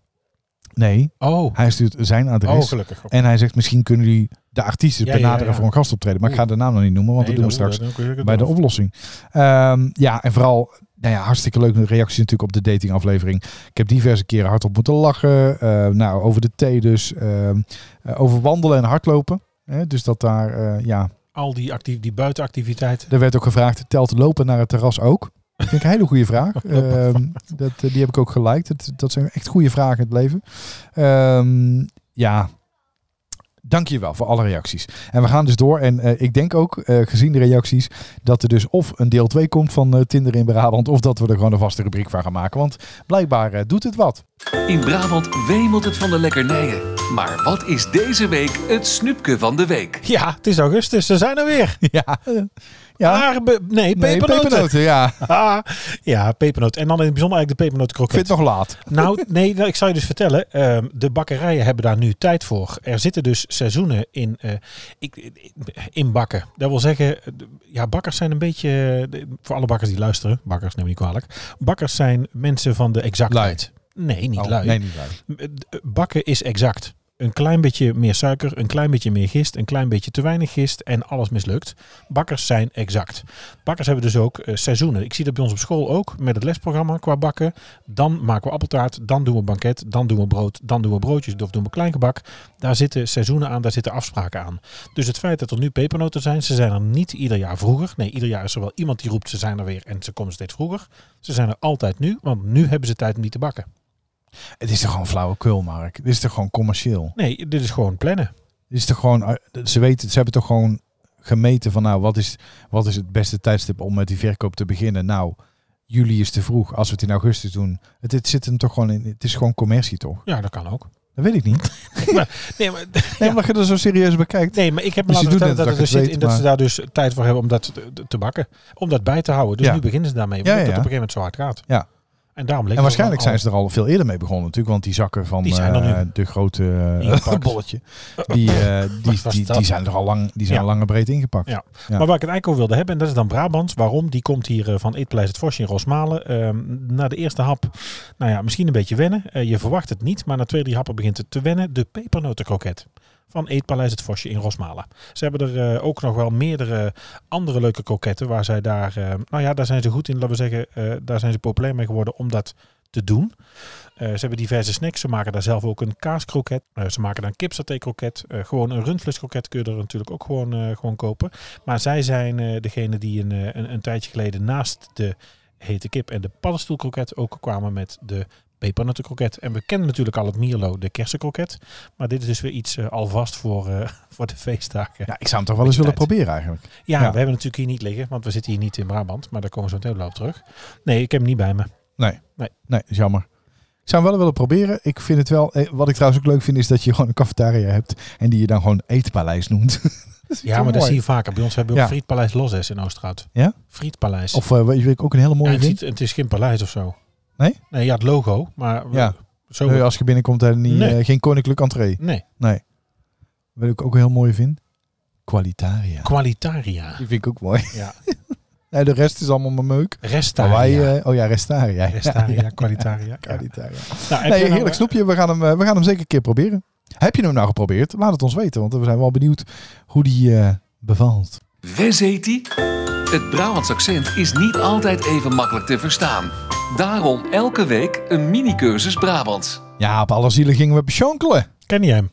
Speaker 2: Nee,
Speaker 3: Oh,
Speaker 2: hij stuurt zijn
Speaker 3: oh
Speaker 2: adres.
Speaker 3: gelukkig.
Speaker 2: en hij zegt misschien kunnen jullie de artiest eens
Speaker 3: Ja, ja,
Speaker 2: benaderen
Speaker 3: ja.
Speaker 2: voor een gastoptreden. Maar ik ga de naam nog niet noemen, want
Speaker 3: Nee,
Speaker 2: dat doen we
Speaker 3: dat-
Speaker 2: straks.
Speaker 3: dat- dat- dat-
Speaker 2: bij de oplossing. Ehm, ja, en vooral, nou ja, hartstikke leuke reacties natuurlijk op de datingaflevering. Ik heb diverse keren hardop moeten lachen. Eh, nou, over de thee dus. Ehm, eh, over wandelen en hardlopen. Hè, dus dat daar, eh, ja.
Speaker 3: Al die, actief, die buitenactiviteiten.
Speaker 2: Er werd ook gevraagd, telt lopen naar het terras ook? Dat vind ik een hele goede vraag. Ehm, dat, eh, die heb ik ook geliked. Dat, dat zijn echt goede vragen in het leven. Ehm, ja, dank je wel voor alle reacties. En we gaan dus door. En eh, ik denk ook, eh, gezien de reacties, dat er dus of een deel 2 komt van eh, Tinder in Brabant... of dat we er gewoon een vaste rubriek van gaan maken. Want blijkbaar eh, doet het wat.
Speaker 1: In Brabant wemelt het van de lekkernijen. Maar wat is deze week het snoepje van de week?
Speaker 3: Ja, het is augustus. Ze zijn er weer.
Speaker 2: ja. ja.
Speaker 3: Maar, be- nee,
Speaker 2: Ah. Nee,
Speaker 3: Ah, pepernoten.
Speaker 2: pepernoten, ja. Ik
Speaker 3: Ah, ja, pepernoot. En dan in het bijzonder eigenlijk de
Speaker 2: vind
Speaker 3: pepernotenkroket.
Speaker 2: het nog laat.
Speaker 3: Nou, nee, nou, ik zal je dus vertellen. ehm, de bakkerijen hebben daar nu tijd voor. Er zitten dus seizoenen in, eh, ik, in bakken. Dat wil zeggen, eh, de- ja, bakkers zijn een beetje... eh, de- Voor alle bakkers die luisteren, bakkers neem me niet kwalijk. Bakkers zijn mensen van de exactheid. Nee, niet
Speaker 2: Oh,
Speaker 3: lui.
Speaker 2: Nee, niet lui.
Speaker 3: eh, Bakken is exact. Een klein beetje meer suiker, een klein beetje meer gist, een klein beetje te weinig gist en alles mislukt. Bakkers zijn exact. Bakkers hebben dus ook eh, seizoenen. Ik zie dat bij ons op school ook met het lesprogramma qua bakken. Dan maken we appeltaart, dan doen we banket, dan doen we brood, dan doen we broodjes of doen we kleingebak. Daar zitten seizoenen aan, daar zitten afspraken aan. Dus het feit dat er nu pepernoten zijn, ze zijn er niet ieder jaar vroeger. Nee, ieder jaar is er wel iemand die roept ze zijn er weer en ze komen steeds vroeger. Ze zijn er altijd nu, want nu hebben ze tijd om die te bakken.
Speaker 2: Het is toch gewoon flauwekul, Mark? Het is toch gewoon commercieel?
Speaker 3: Nee, dit is gewoon plannen.
Speaker 2: Het is toch gewoon, eh, ze weten, ze hebben toch gewoon gemeten van nou, wat is, wat is het beste tijdstip om met die verkoop te beginnen? Nou, juli is te vroeg. Als we het in augustus doen, het, het zit hem toch gewoon in, het is gewoon commercie toch?
Speaker 3: Ja, dat kan ook.
Speaker 2: Dat weet ik niet. Nee,
Speaker 3: Nee, maar,
Speaker 2: maar als je er zo serieus bekijkt.
Speaker 3: nee, maar ik heb me
Speaker 2: Dus je
Speaker 3: laten
Speaker 2: doet
Speaker 3: vertellen
Speaker 2: net dat
Speaker 3: dat, het er
Speaker 2: je het
Speaker 3: zit in dat
Speaker 2: weet,
Speaker 3: ze daar dus tijd voor hebben om dat te, te bakken. Om dat bij te houden. Dus
Speaker 2: Ja.
Speaker 3: nu beginnen ze daarmee, omdat
Speaker 2: Ja, ja,
Speaker 3: het
Speaker 2: ja.
Speaker 3: op een gegeven moment zo hard gaat.
Speaker 2: Ja.
Speaker 3: En daarom
Speaker 2: En waarschijnlijk zijn ze er al veel eerder mee begonnen natuurlijk, want die zakken van
Speaker 3: Die zijn er
Speaker 2: eh,
Speaker 3: nu.
Speaker 2: de grote eh,
Speaker 3: Ingepakt.
Speaker 2: bolletje, die, eh, die,
Speaker 3: was
Speaker 2: die,
Speaker 3: dat?
Speaker 2: die zijn er al lang, die zijn
Speaker 3: Ja.
Speaker 2: al lang en breed ingepakt.
Speaker 3: Ja.
Speaker 2: Ja.
Speaker 3: Maar waar ik het eigenlijk over wilde hebben, en dat is dan Brabant. Waarom? Die komt hier eh, van Eetpaleis het Vosje in Rosmalen. Ehm, na de eerste hap, nou ja, misschien een beetje wennen. Eh, je verwacht het niet, maar na twee, drie happen begint het te wennen. De pepernotenkroket van Eetpaleis het Vosje in Rosmalen. Ze hebben er eh, ook nog wel meerdere andere leuke kroketten waar zij daar... eh, nou ja, daar zijn ze goed in, laten we zeggen. eh, daar zijn ze populair mee geworden om dat te doen. Eh, ze hebben diverse snacks. Ze maken daar zelf ook een kaaskroket. Eh, ze maken daar een kipsaté-kroket. Eh, gewoon een rundvleeskroket kun je er natuurlijk ook gewoon, eh, gewoon kopen. Maar zij zijn eh, degene die een, eh, een, een tijdje geleden naast de hete kip en de paddenstoelkroket ook kwamen met de pepernotenkroket. En we kennen natuurlijk al het Mierlo, de kersenkroket. Maar dit is dus weer iets eh, alvast voor, eh, voor de feestdagen. Ja,
Speaker 2: Ja, ik zou hem toch wel eens willen
Speaker 3: Beetje tijd.
Speaker 2: proberen eigenlijk.
Speaker 3: we
Speaker 2: Ja.
Speaker 3: hebben natuurlijk hier niet liggen, want we zitten hier niet in Brabant. Maar daar komen we zo meteen wel op terug. Nee, ik heb hem niet bij me.
Speaker 2: Nee, is jammer. Ik zou hem wel willen proberen. Ik vind het wel. eh, Wat ik trouwens ook leuk vind, is dat je gewoon een cafetaria hebt. En die je dan gewoon eetpaleis noemt. Dat is
Speaker 3: Ja,
Speaker 2: toch
Speaker 3: maar dat
Speaker 2: mooi?
Speaker 3: zie je vaker. Bij ons hebben we
Speaker 2: Ja.
Speaker 3: ook Frietpaleis Losses in Oosterhout.
Speaker 2: Ja?
Speaker 3: Frietpaleis.
Speaker 2: Of eh, weet je wat ik ook een hele
Speaker 3: Ja,
Speaker 2: mooie
Speaker 3: het,
Speaker 2: vind?
Speaker 3: ziet- het is geen paleis of zo.
Speaker 2: Nee?
Speaker 3: Nee, ja, het logo. Maar
Speaker 2: Ja.
Speaker 3: ja. Zo
Speaker 2: Nee, als je binnenkomt, hè, niet,
Speaker 3: Nee.
Speaker 2: eh, geen koninklijk entree.
Speaker 3: nee.
Speaker 2: Nee. Wat ik ook heel mooi vind. Qualitaria.
Speaker 3: Qualitaria.
Speaker 2: Die vind ik ook mooi.
Speaker 3: Ja.
Speaker 2: Nee, de rest is allemaal maar meuk.
Speaker 3: Restaria.
Speaker 2: Maar wij, eh, oh ja, Restaria. Ja,
Speaker 3: Restaria,
Speaker 2: ja,
Speaker 3: Qualitaria. Ja.
Speaker 2: Qualitaria.
Speaker 3: Nou, heb
Speaker 2: Nee,
Speaker 3: je nou,
Speaker 2: heerlijk snoepje. We gaan, hem, eh, we gaan hem zeker een keer proberen. Heb je hem nou geprobeerd? Laat het ons weten, want we zijn wel benieuwd hoe die eh, bevalt.
Speaker 1: Wes heet die? Het Brabants accent is niet altijd even makkelijk te verstaan. Daarom elke week een mini-cursus Brabants.
Speaker 2: Ja, op alle zielen gingen we besjonkelen.
Speaker 3: Ken je hem?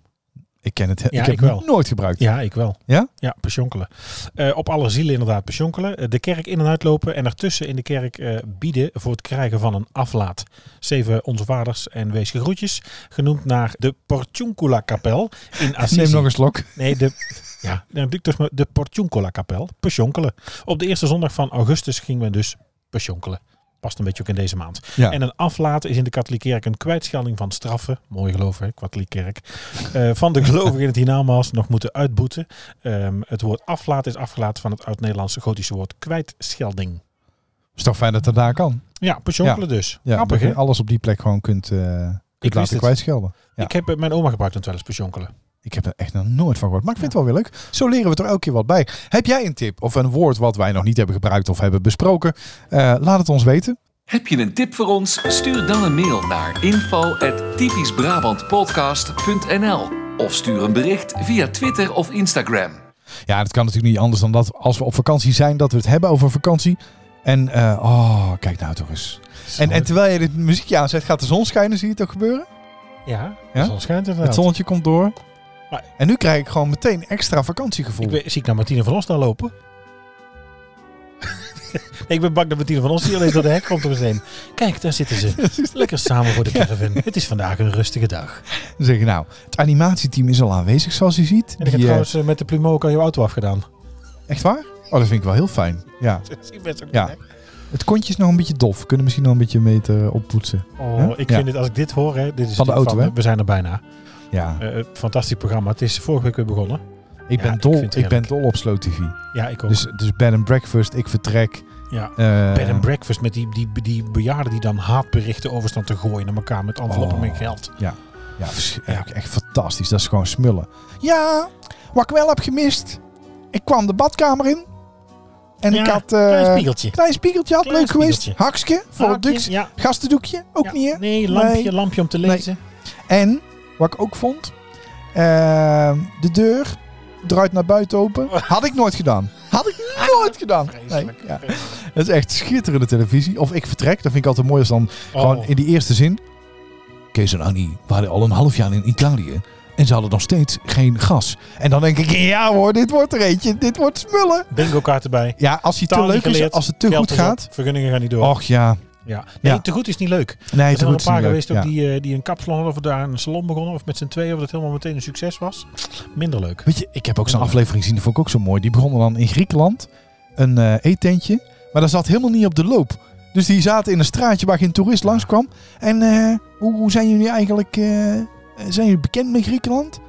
Speaker 2: Ik ken het. he-
Speaker 3: Ja,
Speaker 2: ik heb
Speaker 3: ik
Speaker 2: het
Speaker 3: wel.
Speaker 2: nooit gebruikt.
Speaker 3: Ja, ik wel.
Speaker 2: Ja?
Speaker 3: Ja, pasjonkelen. Eh, op alle zielen inderdaad pasjonkelen. Eh, de kerk in en uitlopen en ertussen in de kerk eh, bieden voor het krijgen van een aflaat. Zeven onze vaders en wees gegroetjes. Genoemd naar de Portiuncula kapel in Assisi.
Speaker 2: Neem nog een slok.
Speaker 3: Nee, de... Ja, nou, doe ik dus maar de Portiuncula kapel. Pasjonkelen. Op de eerste zondag van augustus gingen we dus pasjonkelen. Past een beetje ook in deze maand.
Speaker 2: Ja.
Speaker 3: En een aflaat is in de katholieke kerk een kwijtschelding van straffen. Mooi geloof, hè, katholieke kerk. eh, van de gelovigen in het hiernamaals nog moeten uitboeten. Ehm, het woord aflaat is afgelaten van het oud-Nederlandse gotische woord kwijtschelding.
Speaker 2: is toch fijn dat het daar kan.
Speaker 3: Ja, pasjonkelen dus.
Speaker 2: Ja,
Speaker 3: Grappig,
Speaker 2: dat
Speaker 3: hè?
Speaker 2: je alles op die plek gewoon kunt, eh
Speaker 3: wist
Speaker 2: kunt laten
Speaker 3: het.
Speaker 2: kwijtschelden. ja.
Speaker 3: Ik heb eh, mijn oma gebruikt het wel eens pasjonkelen.
Speaker 2: Ik heb er echt nog nooit van gehoord. Maar ik vind het wel weer leuk. Zo leren we er elke keer wat bij. Heb jij een tip of een woord wat wij nog niet hebben gebruikt of hebben besproken? Eh, laat het ons weten.
Speaker 1: Heb je een tip voor ons? Stuur dan een mail naar info@typischbrabantpodcast.nl of stuur een bericht via Twitter of Instagram.
Speaker 2: Ja, dat kan natuurlijk niet anders dan dat als we op vakantie zijn, dat we het hebben over vakantie. En eh, oh, kijk nou toch eens. En, en terwijl je dit muziekje aanzet, gaat de zon schijnen, zie je het ook gebeuren?
Speaker 3: ja,
Speaker 2: Ja?
Speaker 3: ja? zon schijnt
Speaker 2: Het
Speaker 3: inderdaad.
Speaker 2: zonnetje komt door.
Speaker 3: Maar-
Speaker 2: En nu krijg ik gewoon meteen extra vakantiegevoel.
Speaker 3: Ik ben, zie ik nou Martine van Os daar lopen? Nee, ik ben bang dat Martine van Os hier ineens door de hek komt om eens heen. Kijk, daar zitten ze. Lekker samen voor de caravan. Het is vandaag een rustige dag.
Speaker 2: Dan zeg je nou, het animatieteam is al aanwezig zoals je ziet.
Speaker 3: En ik heb
Speaker 2: Die, eh,
Speaker 3: trouwens eh, met de Plumeau kan je auto afgedaan.
Speaker 2: echt waar? Oh, dat vind ik wel heel fijn. Ja.
Speaker 3: Dat is best ook
Speaker 2: Ja. Het kontje is nog een beetje dof. We kunnen misschien nog een beetje beter oppoetsen.
Speaker 3: Oh, ik
Speaker 2: Ja.
Speaker 3: vind het, als ik dit hoor, hè, dit is
Speaker 2: Van de
Speaker 3: natuurlijk
Speaker 2: auto, hè?
Speaker 3: We zijn er bijna.
Speaker 2: Ja,
Speaker 3: Eh, eh, fantastisch programma. Het is vorige week weer begonnen.
Speaker 2: ik
Speaker 3: ja,
Speaker 2: ben
Speaker 3: ik
Speaker 2: dol.
Speaker 3: vind
Speaker 2: Ik,
Speaker 3: het
Speaker 2: ben
Speaker 3: heerlijk.
Speaker 2: dol op Slow TV.
Speaker 3: Ja, ik ook.
Speaker 2: Dus, dus bed and breakfast. Ik vertrek.
Speaker 3: ja.
Speaker 2: Eh,
Speaker 3: Bed and breakfast met die, die, die bejaarden die dan haatberichten over staan te gooien naar elkaar met enveloppen
Speaker 2: Oh.
Speaker 3: met geld.
Speaker 2: Ja, vers- echt, echt fantastisch. Dat is gewoon smullen. Ja, wat ik wel heb gemist. Ik kwam de badkamer in. En
Speaker 3: Ja,
Speaker 2: ik had... eh,
Speaker 3: Klein spiegeltje.
Speaker 2: Klein spiegeltje had
Speaker 3: Klein
Speaker 2: leuk geweest.
Speaker 3: spiegeltje.
Speaker 2: Hakske voor het
Speaker 3: Haakje,
Speaker 2: duks.
Speaker 3: Ja.
Speaker 2: Gastendoekje, ook
Speaker 3: ja.
Speaker 2: niet hè?
Speaker 3: Nee, lampje,
Speaker 2: Nee.
Speaker 3: lampje om te
Speaker 2: Nee.
Speaker 3: lezen.
Speaker 2: En, wat ik ook vond... eh, de deur draait naar buiten open. Had ik nooit gedaan. Had ik nooit gedaan. Nee,
Speaker 3: Vreselijk.
Speaker 2: ja. Dat is echt schitterende televisie. Of ik vertrek, dat vind ik altijd mooi als dan
Speaker 3: oh,
Speaker 2: Gewoon in die eerste zin. Kees en Annie waren al een half jaar in Italië. En ze hadden nog steeds geen gas. En dan denk ik, ja hoor, dit wordt er eentje. Dit wordt smullen.
Speaker 3: Bingo kaart erbij.
Speaker 2: Ja, als hij te
Speaker 3: Taal niet
Speaker 2: leuk is,
Speaker 3: geleerd,
Speaker 2: als het te
Speaker 3: Geld
Speaker 2: goed
Speaker 3: erop,
Speaker 2: gaat.
Speaker 3: Vergunningen gaan niet door.
Speaker 2: Och ja.
Speaker 3: ja. Nee,
Speaker 2: ja.
Speaker 3: te goed is niet leuk.
Speaker 2: Nee, te
Speaker 3: Er zijn er
Speaker 2: goed is
Speaker 3: een
Speaker 2: niet
Speaker 3: paar
Speaker 2: leuk.
Speaker 3: geweest ook
Speaker 2: Ja.
Speaker 3: die, eh, die een kapsalon hadden of daar een salon begonnen. Of met z'n tweeën of dat helemaal meteen een succes was. Minder leuk.
Speaker 2: Weet je, ik heb ook zo'n
Speaker 3: Ja.
Speaker 2: aflevering gezien, die vond ik ook zo mooi. Die begonnen dan in Griekenland, een eh eetentje. Maar dat zat helemaal niet op de loop. Dus die zaten in een straatje waar geen toerist langskwam. En eh, hoe, hoe zijn jullie eigenlijk... eh, zijn jullie bekend met Griekenland?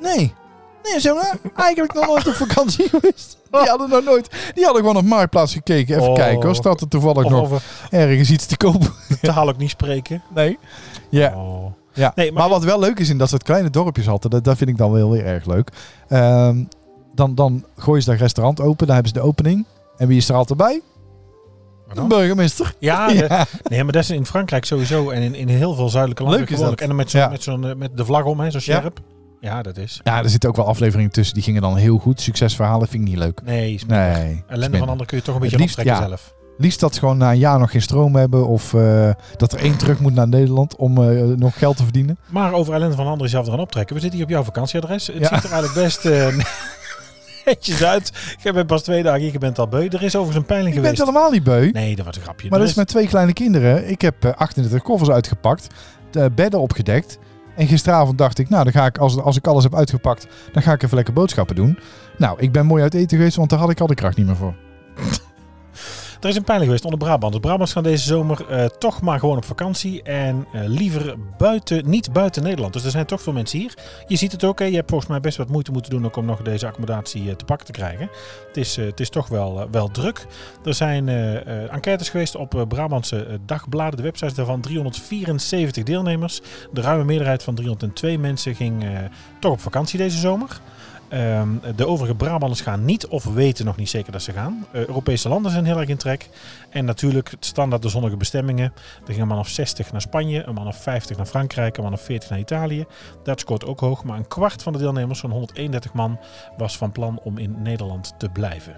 Speaker 2: Nee. Nee, zijn we eigenlijk nog nooit op vakantie geweest. Die hadden nog nooit... Die hadden gewoon op Marktplaats gekeken. Even
Speaker 3: Oh.
Speaker 2: kijken hoor, staat er toevallig
Speaker 3: Of
Speaker 2: nog
Speaker 3: over
Speaker 2: ergens iets te kopen?
Speaker 3: de taal ook niet spreken.
Speaker 2: Nee. Ja.
Speaker 3: Oh.
Speaker 2: Ja,
Speaker 3: Nee,
Speaker 2: maar,
Speaker 3: maar-
Speaker 2: wat wel leuk is in dat soort kleine dorpjes altijd, dat, dat vind ik dan wel heel erg leuk. Ehm, dan, dan gooien ze dat restaurant open, dan hebben ze de opening. En wie is er altijd bij?
Speaker 3: Maar
Speaker 2: De
Speaker 3: dan?
Speaker 2: burgemeester.
Speaker 3: Ah, Ja, de-
Speaker 2: Ja,
Speaker 3: nee, maar dat is in Frankrijk sowieso en in, in heel veel zuidelijke landen
Speaker 2: Leuk is
Speaker 3: gewoonlijk.
Speaker 2: dat.
Speaker 3: En dan met, zo'n
Speaker 2: Ja.
Speaker 3: met, zo'n eh, met de vlag om, hè, zo'n
Speaker 2: Ja.
Speaker 3: sjerp. Ja. dat is.
Speaker 2: ja er zitten ook wel afleveringen tussen, die gingen dan heel goed. Succesverhalen vind ik niet leuk.
Speaker 3: Nee, is minder.
Speaker 2: Nee. is
Speaker 3: Ellende van
Speaker 2: minder.
Speaker 3: anderen kun je toch een beetje
Speaker 2: Het liefst,
Speaker 3: optrekken
Speaker 2: ja.
Speaker 3: zelf.
Speaker 2: Liefst dat ze gewoon na een jaar nog geen stroom hebben of eh, dat er één terug moet naar Nederland om eh, nog geld te verdienen.
Speaker 3: Maar over ellende van anderen zelf eraan optrekken. We zitten hier op jouw vakantieadres. Het
Speaker 2: Ja.
Speaker 3: ziet er eigenlijk best eh, netjes uit. Je bent pas twee dagen hier, je bent al beu. Er is overigens een peiling
Speaker 2: Ik ben het
Speaker 3: geweest.
Speaker 2: helemaal niet beu.
Speaker 3: Nee, dat was een grapje.
Speaker 2: Maar
Speaker 3: Er
Speaker 2: dat is met twee kleine kinderen. Ik heb eh, 28 koffers uitgepakt, de bedden opgedekt. En gisteravond dacht ik, nou, dan ga ik, als, als ik alles heb uitgepakt, dan ga ik even lekker boodschappen doen. Nou, ik ben mooi uit eten geweest, want daar had ik al de kracht niet meer voor.
Speaker 3: Er is een pijling geweest onder Brabant. De Brabants gaan deze zomer eh, toch maar gewoon op vakantie. En eh, liever buiten, niet buiten Nederland. Dus er zijn toch veel mensen hier. Je ziet het ook. Hè. Je hebt volgens mij best wat moeite moeten doen ook om nog deze accommodatie eh, te pakken te krijgen. Het is, eh, het is toch wel, eh, wel druk. Er zijn eh, eh, enquêtes geweest op eh, Brabantse eh, dagbladen. De website daarvan 374 deelnemers. De ruime meerderheid van 302 mensen ging eh, toch op vakantie deze zomer. Ehm, de overige Brabanders gaan niet of weten nog niet zeker dat ze gaan. Eh, Europese landen zijn heel erg in trek. En natuurlijk het standaard de zonnige bestemmingen. Er ging een man of 60 naar Spanje, een man of 50 naar Frankrijk, een man of 40 naar Italië. Dat scoort ook hoog, maar een kwart van de deelnemers, zo'n 131 man, was van plan om in Nederland te blijven.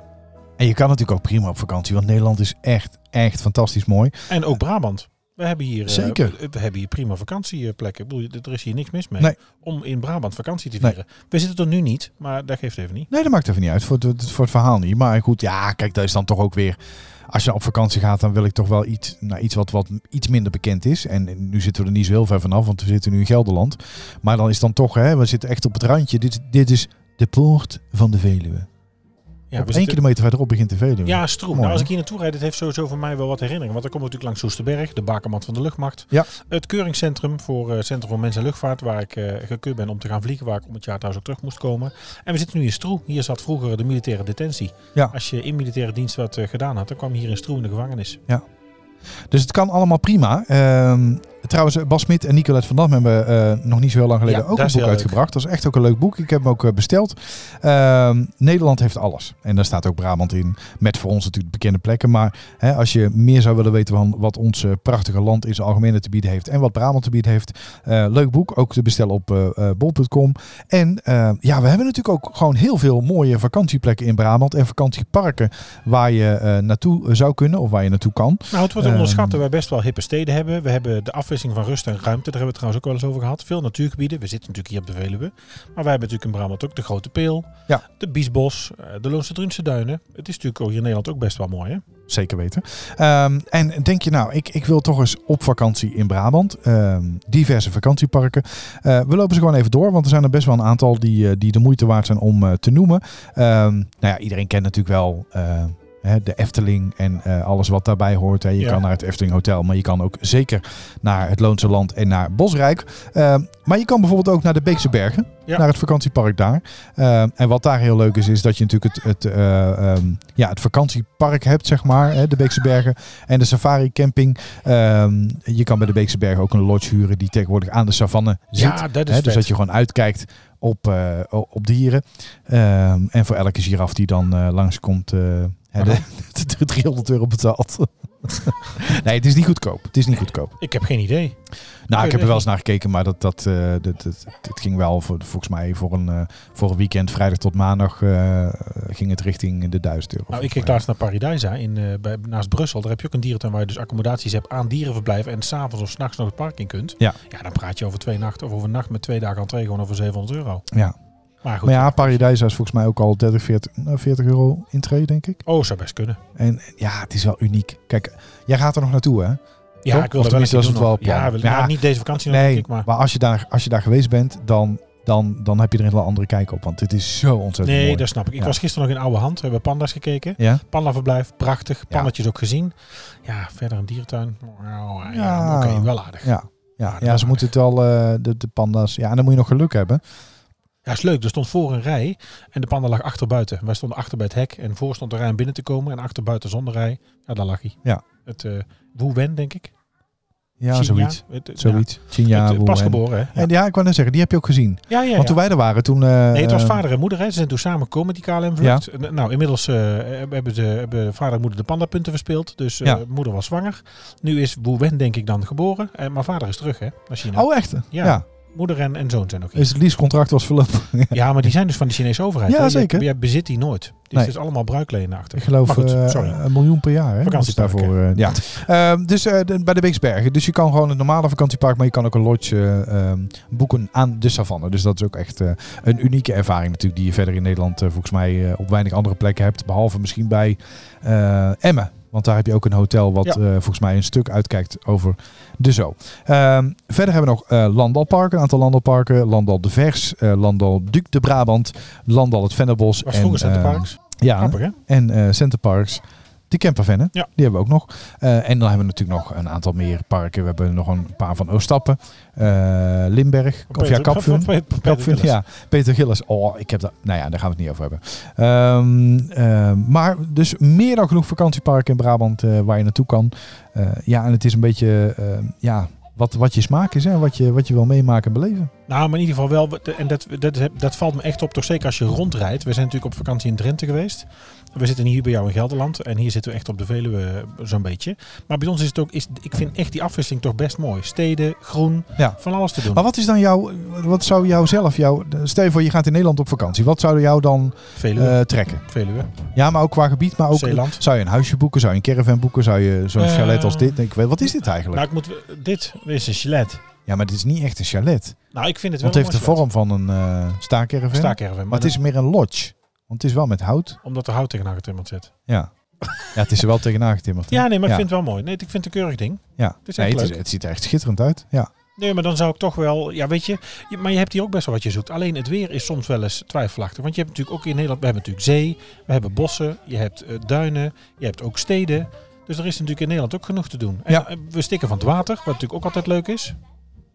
Speaker 2: En je kan natuurlijk ook prima op vakantie, want Nederland is echt, echt fantastisch mooi.
Speaker 3: En ook Brabant. We hebben hier, eh,
Speaker 2: Zeker.
Speaker 3: we hebben hier prima vakantieplekken. Ik bedoel, er is hier niks mis mee
Speaker 2: Nee.
Speaker 3: om in Brabant vakantie te
Speaker 2: Nee.
Speaker 3: vieren. We zitten er nu niet, maar dat geeft even niet.
Speaker 2: Nee, dat maakt even niet uit, voor het, voor het verhaal niet. Maar goed, ja, kijk, dat is dan toch ook weer... Als je op vakantie gaat, dan wil ik toch wel iets, nou, iets wat, wat iets minder bekend is. En nu zitten we er niet zo heel ver vanaf, want we zitten nu in Gelderland. Maar dan is dan toch, hè, we zitten echt op het randje. Dit, dit is de poort van de Veluwe.
Speaker 3: Ja,
Speaker 2: op
Speaker 3: we
Speaker 2: één
Speaker 3: zitten-
Speaker 2: kilometer verderop begint de Veluwe.
Speaker 3: Ja, stroef.
Speaker 2: Mooi,
Speaker 3: Nou, als
Speaker 2: hè?
Speaker 3: ik hier naartoe rijd, het heeft sowieso voor mij wel wat herinneringen. Want dan komen we natuurlijk langs Soesterberg, de bakermat van de luchtmacht.
Speaker 2: Ja.
Speaker 3: Het keuringscentrum voor eh, het Centrum voor Mens en Luchtvaart, waar ik eh gekeurd ben om te gaan vliegen, waar ik om het jaar trouwens ook terug moest komen. En we zitten nu in Stroe. Hier zat vroeger de militaire detentie.
Speaker 2: Ja.
Speaker 3: Als je in militaire dienst wat eh, gedaan had, dan kwam je hier in Stroe in de gevangenis.
Speaker 2: Dus het kan allemaal prima. Ehm, trouwens, Bas Smit en Nicolette van Dam hebben eh, nog niet zo heel lang geleden
Speaker 3: Ja,
Speaker 2: ook
Speaker 3: dat
Speaker 2: een
Speaker 3: is
Speaker 2: boek
Speaker 3: heel leuk.
Speaker 2: uitgebracht. Dat is echt ook een leuk boek. Ik heb hem ook eh, besteld. Ehm, Nederland heeft alles. En daar staat ook Brabant in. Met voor ons natuurlijk bekende plekken. Maar hè, als je meer zou willen weten van wat ons eh, prachtige land in zijn algemene te bieden heeft. En wat Brabant te bieden heeft. eh, leuk boek. Ook te bestellen op eh, eh, bol.com. En eh, ja, we hebben natuurlijk ook gewoon heel veel mooie vakantieplekken in Brabant. En vakantieparken waar je eh, naartoe zou kunnen. Of waar je naartoe kan.
Speaker 3: Nou, het wordt
Speaker 2: Ehm.
Speaker 3: onderschat dat wij best wel hippe steden hebben. We hebben de afwisseling van rust en ruimte, daar hebben we het trouwens ook wel eens over gehad. Veel natuurgebieden, we zitten natuurlijk hier op de Veluwe. Maar wij hebben natuurlijk in Brabant ook de Grote Peel,
Speaker 2: Ja.
Speaker 3: de Biesbos, eh, de Loonse Drunse Duinen. Het is natuurlijk ook hier in Nederland ook best wel mooi, hè?
Speaker 2: Zeker weten. Ehm, en denk je nou, ik, ik wil toch eens op vakantie in Brabant. Ehm, diverse vakantieparken. Eh, we lopen ze gewoon even door, want er zijn er best wel een aantal die, eh, die de moeite waard zijn om eh, te noemen. Ehm, nou ja, iedereen kent natuurlijk wel eh, hè, de Efteling en eh, alles wat daarbij hoort. Hè. Je
Speaker 3: Ja.
Speaker 2: kan naar het Efteling Hotel, maar je kan ook zeker naar het Loonse Land en naar Bosrijk. Ehm, maar je kan bijvoorbeeld ook naar de Beekse Bergen,
Speaker 3: Ja.
Speaker 2: naar het vakantiepark daar. Ehm, en wat daar heel leuk is, is dat je natuurlijk het, het, eh, ehm, ja, het vakantiepark hebt, zeg maar, hè, de Beekse Bergen en de safari camping. Ehm, je kan bij de Beekse Bergen ook een lodge huren die tegenwoordig aan de savanne zit.
Speaker 3: Ja, dat is
Speaker 2: Hè,
Speaker 3: vet.
Speaker 2: dus dat je gewoon uitkijkt op, eh, o- op dieren. Ehm, en voor elke giraf die dan eh, langskomt, eh, hè, de, de 300 euro betaalt. nee, het is niet goedkoop. Het is niet goedkoop.
Speaker 3: Ik heb geen idee.
Speaker 2: Nou, ik
Speaker 3: weet
Speaker 2: heb er
Speaker 3: het
Speaker 2: wel eens naar gekeken, maar dat, dat, eh, dat, dat, het ging wel voor, volgens mij voor een, eh, voor een weekend, vrijdag tot maandag, eh, ging het richting de 1000 euro.
Speaker 3: Nou,
Speaker 2: volgens
Speaker 3: ik keek
Speaker 2: mij.
Speaker 3: laatst naar Paradijsa in, eh, bij, naast Brussel. Daar heb je ook een dierentuin waar je dus accommodaties hebt aan dierenverblijf. En s'avonds of s'nachts nog het park in kunt.
Speaker 2: Ja.
Speaker 3: ja, dan praat je over twee nachten of over een nacht met twee dagen entree gewoon over 700 euro.
Speaker 2: Ja.
Speaker 3: Maar goed.
Speaker 2: Maar ja, Paradijsa is volgens mij ook al 30, 40, nou, 40 euro intree, denk ik.
Speaker 3: Oh, zou best kunnen.
Speaker 2: En ja, het is wel uniek. Kijk, jij gaat er nog naartoe, hè?
Speaker 3: Ja,
Speaker 2: Toch?
Speaker 3: ik wil
Speaker 2: Of
Speaker 3: er wel eens
Speaker 2: tenminste, dat is
Speaker 3: een keer
Speaker 2: het wel
Speaker 3: doen nog.
Speaker 2: plan.
Speaker 3: Ja, wil,
Speaker 2: Ja.
Speaker 3: nou, niet deze vakantie nog,
Speaker 2: nee,
Speaker 3: denk ik, maar...
Speaker 2: maar als je, daar, als je daar geweest bent, dan, dan, dan heb je er een hele andere kijk op. Want dit is zo ontzettend
Speaker 3: Nee,
Speaker 2: mooi.
Speaker 3: dat snap ik. Ik
Speaker 2: Ja.
Speaker 3: was gisteren nog in Oude Hand. We hebben panda's gekeken.
Speaker 2: Ja?
Speaker 3: Pandaverblijf, prachtig. Pannetjes ook gezien. Ja, verder een dierentuin. Nou, ja,
Speaker 2: Ja.
Speaker 3: oké, wel aardig. Ja.
Speaker 2: Ja. Ja,
Speaker 3: dat
Speaker 2: ja,
Speaker 3: is
Speaker 2: ze moeten het wel, eh, de, de panda's. Ja, en dan moet je nog geluk hebben.
Speaker 3: is leuk. Er stond voor een rij en de panda lag achter buiten. Wij stonden achter bij het hek en voor stond de rij om binnen te komen. En achter buiten zonder rij, ja, daar lag hij.
Speaker 2: Ja.
Speaker 3: Het eh Wen, denk ik.
Speaker 2: Ja,
Speaker 3: China.
Speaker 2: zoiets.
Speaker 3: Het, het-
Speaker 2: Zoiets.
Speaker 3: ja,
Speaker 2: Xinjiang,
Speaker 3: het, eh, pas
Speaker 2: Wuhan.
Speaker 3: geboren, hè?
Speaker 2: Ja. En ja, ik wou net zeggen, die heb je ook gezien.
Speaker 3: Ja, ja, ja.
Speaker 2: Want toen wij er waren, toen... eh,
Speaker 3: Nee, het was
Speaker 2: eh,
Speaker 3: vader en moeder. Hè. Ze zijn toen samen gekomen, die KLM-vlucht. N- Nou, inmiddels eh, hebben, ze, hebben vader en moeder de pandapunten verspeeld. Dus eh,
Speaker 2: Ja.
Speaker 3: moeder was zwanger. Nu is Wu Wen denk ik dan geboren. Eh, maar vader is terug hè, naar China.
Speaker 2: Oh, echt? Ja.
Speaker 3: Moeder en, en zoon zijn nog hier.
Speaker 2: Is het leasecontract was verlopen.
Speaker 3: Ja, maar die zijn dus van de Chinese overheid.
Speaker 2: Ja,
Speaker 3: hè. Je-
Speaker 2: zeker.
Speaker 3: Je, bezit die nooit. Dus
Speaker 2: Nee.
Speaker 3: het is allemaal bruiklenen achter.
Speaker 2: Ik geloof
Speaker 3: Maar goed,
Speaker 2: eh,
Speaker 3: sorry.
Speaker 2: een miljoen per jaar. Hè?
Speaker 3: Vakantieparken.
Speaker 2: Daarvoor, eh, ja. Ehm, dus eh, de- bij de Beeksbergen. Dus je kan gewoon het normale vakantiepark, maar je kan ook een lodge eh, ehm, boeken aan de savanne. Dus dat is ook echt eh, een unieke ervaring natuurlijk die je verder in Nederland eh, volgens mij eh, op weinig andere plekken hebt. Behalve misschien bij eh, Emmen. Want daar heb je ook een hotel wat
Speaker 3: Ja.
Speaker 2: eh, volgens mij een stuk uitkijkt over de zoo. Ehm, verder hebben we nog eh landalparken. Een aantal landalparken. Landal de Vers, eh, Landal Duc de Brabant, Landal het Vennebos.
Speaker 3: was vroeger
Speaker 2: en,
Speaker 3: Center
Speaker 2: ehm,
Speaker 3: Parks.
Speaker 2: Ja,
Speaker 3: Grappig hè?
Speaker 2: en eh Center Parks. Die campervan, hè?
Speaker 3: Ja.
Speaker 2: Die hebben we ook nog. Eh, en dan hebben we natuurlijk nog een aantal meer parken. We hebben nog een paar van Oostappen, eh, Limberg, of ja, Kapvun. Kapvun, ja. Peter Gillis. Oh, ik heb dat. Nou ja, daar gaan we het niet over hebben. Ehm, ehm, maar dus meer dan genoeg vakantieparken in Brabant eh, waar je naartoe kan. Eh, ja, en het is een beetje ehm, ja, wat, wat je smaak is en wat je, wat je wil meemaken en beleven.
Speaker 3: Nou, maar in ieder geval wel. En dat, dat, dat valt me echt op, toch zeker als je rondrijdt. We zijn natuurlijk op vakantie in Drenthe geweest. We zitten hier bij jou in Gelderland. En hier zitten we echt op de Veluwe eh, zo'n beetje. Maar bij ons is het ook. Is, ik vind echt die afwisseling toch best mooi. Steden, groen,
Speaker 2: Ja.
Speaker 3: van alles te doen.
Speaker 2: Maar wat is dan jouw, wat zou jou zelf, jou, stel je voor je gaat in Nederland op vakantie, wat zou jou dan
Speaker 3: Veluwe,
Speaker 2: eh, trekken?
Speaker 3: Veluwe,
Speaker 2: Ja, maar ook qua gebied, maar ook...
Speaker 3: Zeeland.
Speaker 2: Zou je een huisje boeken? Zou je een caravan boeken? Zou je zo'n
Speaker 3: Eh,
Speaker 2: chalet als dit? Ik weet, wat is dit eigenlijk?
Speaker 3: Nou, ik moet. Dit is een chalet.
Speaker 2: ja, maar dit is niet echt een chalet.
Speaker 3: Nou, ik vind het wel.
Speaker 2: Want het heeft de
Speaker 3: een mooi
Speaker 2: vorm van een eh staakcaravan.
Speaker 3: chalet. Staakerven.
Speaker 2: Maar het is meer een lodge. Want het is wel met hout.
Speaker 3: Omdat er hout tegenaan getimmerd zit.
Speaker 2: Ja. ja, het is er wel tegenaan getimmerd. hè?
Speaker 3: Ja, nee, maar
Speaker 2: Ja.
Speaker 3: ik vind het wel mooi. Nee, ik vind het een keurig ding.
Speaker 2: ja.
Speaker 3: is
Speaker 2: nee,
Speaker 3: echt
Speaker 2: het, is,
Speaker 3: leuk.
Speaker 2: het ziet er echt schitterend uit. Ja.
Speaker 3: Nee, maar dan zou ik toch wel... Ja, weet je, je- Maar je hebt hier ook best wel wat je zoekt. Alleen het weer is soms wel eens twijfelachtig. Want je hebt natuurlijk ook in Nederland... We hebben natuurlijk zee. We hebben bossen. Je hebt eh, duinen. Je hebt ook steden. Dus er is natuurlijk in Nederland ook genoeg te doen. En
Speaker 2: Ja.
Speaker 3: eh, we stikken van het water. Wat natuurlijk ook altijd leuk is.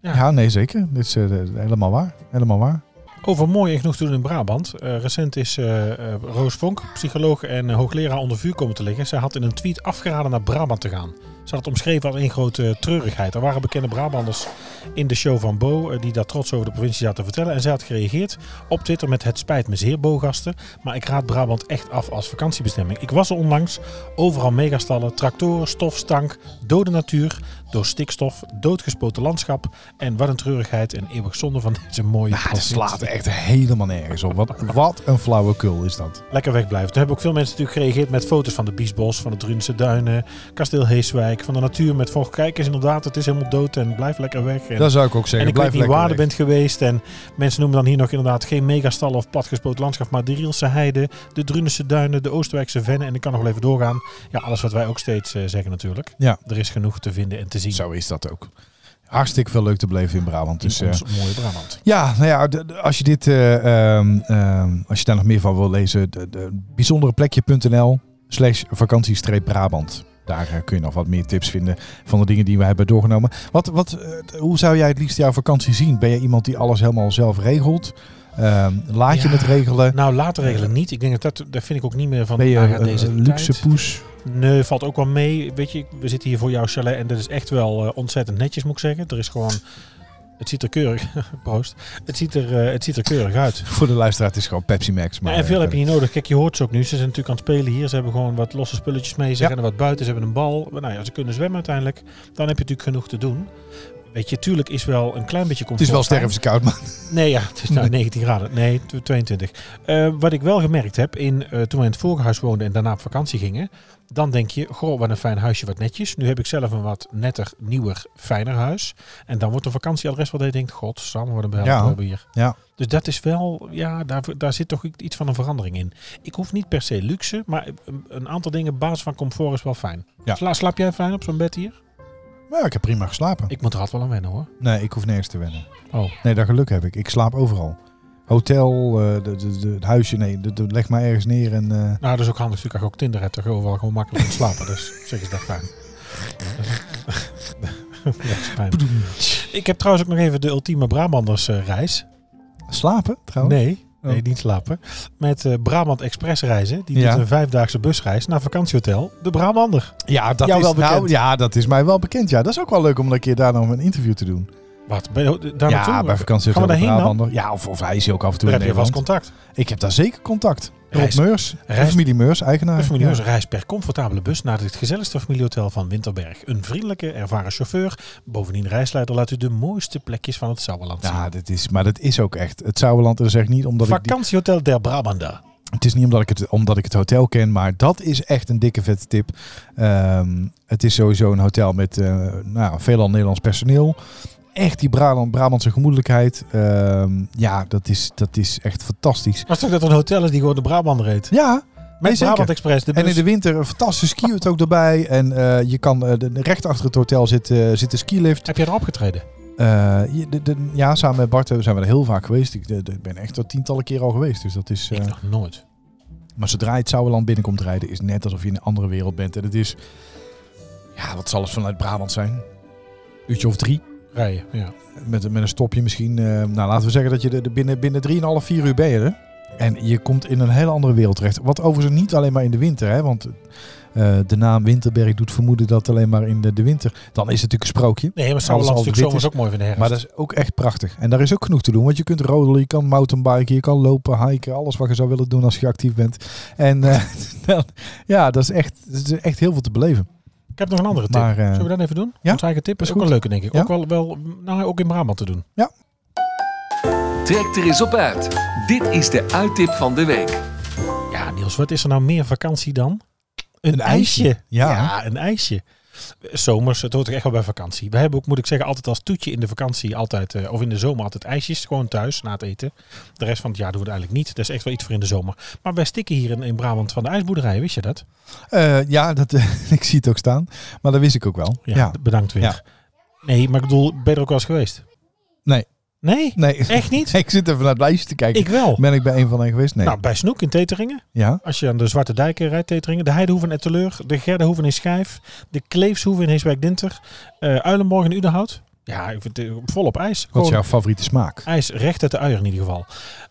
Speaker 2: ja.
Speaker 3: Ja.
Speaker 2: nee, zeker. Dit is eh, helemaal waar. Helemaal waar.
Speaker 3: Over mooi en genoeg te doen in Brabant. Eh, recent is eh, eh, Roos Vonk, psycholoog en eh, hoogleraar, onder vuur komen te liggen. Zij had in een tweet afgeraden naar Brabant te gaan. Ze had het omschreven als één grote treurigheid. Er waren bekende Brabanders in de show van Bo eh, die daar trots over de provincie zaten te vertellen. En zij had gereageerd op Twitter met het spijt me zeer, Bo-gasten. Maar ik raad Brabant echt af als vakantiebestemming. Ik was er onlangs. Overal megastallen, tractoren, stof, stank, dode natuur, door stikstof, doodgespoten landschap. En wat een treurigheid en eeuwig zonde van deze mooie
Speaker 2: Nou, dat
Speaker 3: provincie.
Speaker 2: slaat echt helemaal nergens op. Wat, wat een flauwekul is dat.
Speaker 3: lekker wegblijven. Toen hebben ook veel mensen natuurlijk gereageerd met foto's van de Biesbos, van de Drunse Duinen, Kasteel Heeswijk, van de natuur met volg. Kijk eens inderdaad, het is helemaal dood en blijf lekker weg. En,
Speaker 2: Dat zou ik ook zeggen.
Speaker 3: en ik
Speaker 2: Blijf
Speaker 3: weet niet
Speaker 2: lekker
Speaker 3: waar je
Speaker 2: weg.
Speaker 3: bent geweest. En mensen noemen dan hier nog inderdaad geen megastallen of platgespoten landschap, maar de Rielse Heide, de Drunense Duinen, de Oostenrijkse Vennen en ik kan nog wel even doorgaan. Ja, alles wat wij ook steeds eh, zeggen natuurlijk.
Speaker 2: Ja.
Speaker 3: Er is genoeg te vinden en te zien.
Speaker 2: Zo is dat ook. Hartstikke veel leuk te beleven in Brabant.
Speaker 3: in
Speaker 2: Dus, eh,
Speaker 3: ons mooie Brabant.
Speaker 2: Ja, nou ja, d- d- als je dit, eh, ehm, ehm, als je daar nog meer van wil lezen, d- d- bijzondereplekje.nl slash vakantie-brabant. Daar eh, kun je nog wat meer tips vinden van de dingen die we hebben doorgenomen. Wat, wat, eh, d- hoe zou jij het liefst jouw vakantie zien? Ben je iemand die alles helemaal zelf regelt? Ehm, laat je
Speaker 3: Ja.
Speaker 2: het regelen?
Speaker 3: Nou, later regelen niet. Ik denk dat dat, daar vind ik ook niet meer van.
Speaker 2: eh, Ben je
Speaker 3: ah ja,
Speaker 2: een
Speaker 3: deze
Speaker 2: een luxe
Speaker 3: tijd.
Speaker 2: poes?
Speaker 3: Nee, valt ook wel mee. Weet je, we zitten hier voor jouw chalet en dat is echt wel eh, ontzettend netjes, moet ik zeggen. Er is gewoon... Het ziet er keurig... Proost. Het ziet er, eh, het ziet er keurig uit.
Speaker 2: Voor de luisteraar het is gewoon Pepsi Max. Maar
Speaker 3: Ja, en veel
Speaker 2: eh,
Speaker 3: heb je niet nodig. Kijk, je hoort ze ook nu. Ze zijn natuurlijk aan het spelen hier. Ze hebben gewoon wat losse spulletjes mee. Ze
Speaker 2: Ja.
Speaker 3: rennen wat buiten. Ze hebben een bal. Maar Nou ja, ze kunnen zwemmen uiteindelijk. Dan heb je natuurlijk genoeg te doen. Weet je, tuurlijk is wel een klein beetje comfort.
Speaker 2: Het is wel stervenskoud, maar
Speaker 3: Nee, ja, het is nou 19 graden. Nee, tw- 22. Eh, wat ik wel gemerkt heb, in, eh, toen we in het vorige huis woonden en daarna op vakantie gingen, dan denk je, goh, wat een fijn huisje, wat netjes. Nu heb ik zelf een wat netter, nieuwer, fijner huis. En dan wordt een vakantieadres wat je denkt, god, samen wat een behelp
Speaker 2: Ja.
Speaker 3: we hebben hier.
Speaker 2: Ja.
Speaker 3: Dus dat is wel, ja, daar, daar zit toch iets van een verandering in. Ik hoef niet per se luxe, maar een, een aantal dingen, basis van comfort is wel fijn.
Speaker 2: Ja.
Speaker 3: Sla- slaap jij fijn op zo'n bed hier?
Speaker 2: nou, ik heb prima geslapen.
Speaker 3: Ik moet er altijd wel aan wennen hoor.
Speaker 2: Nee, ik hoef nergens te wennen.
Speaker 3: Oh.
Speaker 2: Nee, dat geluk heb ik. Ik slaap overal. Hotel, eh, de, de, de, het huisje, nee, de, de- leg maar ergens neer. En, eh,
Speaker 3: Nou, dat is ook handig natuurlijk als je ook Tinder hebt. Dan ga je overal gewoon makkelijk aan het slapen. Dus op zich is dat fijn. dat is fijn. Ik heb trouwens ook nog even de ultieme Brabanders eh, reis.
Speaker 2: slapen trouwens?
Speaker 3: Nee, nee,
Speaker 2: Oh.
Speaker 3: niet slapen. Met eh, Brabant Express reizen. Die
Speaker 2: Ja.
Speaker 3: doet een vijfdaagse busreis naar vakantiehotel. De Brabander.
Speaker 2: Ja, dat
Speaker 3: Jou
Speaker 2: is,
Speaker 3: wel bekend.
Speaker 2: nou, ja, dat is mij wel bekend. Ja, dat is ook wel leuk om een keer daar nog een interview te doen.
Speaker 3: Wat? Ben je daar
Speaker 2: ja,
Speaker 3: naartoe?
Speaker 2: bij vakantie
Speaker 3: Gaan
Speaker 2: Hotel
Speaker 3: we daarheen dan?
Speaker 2: Brabander. Ja, of, of hij is hier ook af en toe
Speaker 3: Daar
Speaker 2: in
Speaker 3: heb je vast
Speaker 2: Nederland.
Speaker 3: contact.
Speaker 2: Ik heb daar zeker contact. Rob
Speaker 3: Reis-
Speaker 2: Meurs,
Speaker 3: reis-
Speaker 2: familie Meurs, eigenaar.
Speaker 3: De familie
Speaker 2: Ah, Ja.
Speaker 3: Meurs reist per comfortabele bus naar het gezelligste familiehotel van Winterberg. Een vriendelijke, ervaren chauffeur. Bovendien reisleider laat u de mooiste plekjes van het Sauerland zien.
Speaker 2: Ja, dit is, maar dat is ook echt. Het Zouwerland is echt niet omdat ik die-
Speaker 3: Vakantiehotel der Brabander.
Speaker 2: Het is niet omdat ik het, omdat ik het hotel ken, maar dat is echt een dikke vette tip. Ehm, het is sowieso een hotel met eh, nou, veelal Nederlands personeel. Echt die Brabant, Brabantse gemoedelijkheid. Ehm, ja, dat is, dat is echt fantastisch.
Speaker 3: Was toch dat er een hotel is die gewoon de Brabander reed?
Speaker 2: Ja,
Speaker 3: Met
Speaker 2: zeker.
Speaker 3: Brabant Express, de bus.
Speaker 2: en in de winter een fantastisch ski-ut ook erbij. En eh, je kan eh, de- recht achter het hotel zit, eh, zit de skilift.
Speaker 3: Heb jij erop getreden?
Speaker 2: Eh, je- de, de- ja, samen met Bart eh, zijn we er heel vaak geweest. Ik de- de- ik ben echt tot tientallen keer al geweest. Dus dat is... eh,
Speaker 3: Ik nog nooit.
Speaker 2: Maar zodra je het Sauerland binnenkomt rijden, is het net alsof je in een andere wereld bent. En het is, ja, wat zal het vanuit Brabant zijn? Uurtje of drie.
Speaker 3: Rijden, ja.
Speaker 2: Met, een- met een stopje misschien. eh, nou, laten we zeggen dat je er er binnen, binnen 3,5, 4 uur ben je er. En je komt in een hele andere wereld terecht. Wat overigens niet alleen maar in de winter. Hè, want eh, de naam Winterberg doet vermoeden dat alleen maar in de, de winter. Dan is het natuurlijk een sprookje.
Speaker 3: Nee, maar
Speaker 2: Alles al
Speaker 3: Sauerland is natuurlijk
Speaker 2: wit
Speaker 3: zomers
Speaker 2: is.
Speaker 3: ook mooi van de herfst.
Speaker 2: Maar dat is ook echt prachtig. En daar is ook genoeg te doen. Want je kunt rodelen, je kan mountainbiken, je kan lopen, hiken. Alles wat je zou willen doen als je actief bent. En eh, dan- ja, dat is, echt, dat is echt heel veel te beleven.
Speaker 3: Ik heb nog een andere tip.
Speaker 2: Maar, eh,
Speaker 3: Zullen we dat even doen?
Speaker 2: ja?
Speaker 3: Ons eigen tip is,
Speaker 2: Is
Speaker 3: ook
Speaker 2: goed.
Speaker 3: een leuke, denk ik.
Speaker 2: Ja?
Speaker 3: Ook wel, wel nou, ook in Brabant te doen.
Speaker 1: Trek er eens op uit. Dit is de uittip van de week.
Speaker 3: Ja, Niels, wat is er nou meer vakantie dan? Een,
Speaker 2: ijsje.
Speaker 3: Ja.
Speaker 2: Ja.
Speaker 3: een ijsje. Zomers, het hoort ook echt wel bij vakantie. We hebben ook, moet ik zeggen, altijd als toetje in de vakantie altijd, eh, of in de zomer altijd ijsjes. Gewoon thuis, na het eten. De rest van het jaar doen we het eigenlijk niet. Dat is echt wel iets voor in de zomer. Maar wij stikken hier in, in Brabant van de ijsboerderij, wist je dat?
Speaker 2: Eh, ja, dat, eh, ik zie het ook staan. Maar dat wist ik ook wel. Ja.
Speaker 3: Bedankt weer. Nee, maar ik bedoel, ben je er ook wel eens geweest?
Speaker 2: Nee.
Speaker 3: Nee?
Speaker 2: Nee,
Speaker 3: Echt niet?
Speaker 2: ik zit even naar het lijstje te kijken.
Speaker 3: Ik wel.
Speaker 2: Ben ik bij een van hen geweest? Nee.
Speaker 3: Nou, bij Snoek in Teteringen.
Speaker 2: ja.
Speaker 3: Als je aan de Zwarte Dijken rijdt, Teteringen, de Heidehoeven en Teleur, de Gerdehoeven in Schijf, de Kleefshoeven in Heeswijk-Dinter, eh Uilenborg in Udenhout. Ja, ik vind het, eh, volop ijs.
Speaker 2: Wat is
Speaker 3: Gewoon
Speaker 2: jouw favoriete smaak?
Speaker 3: ijs recht uit de uier in ieder geval.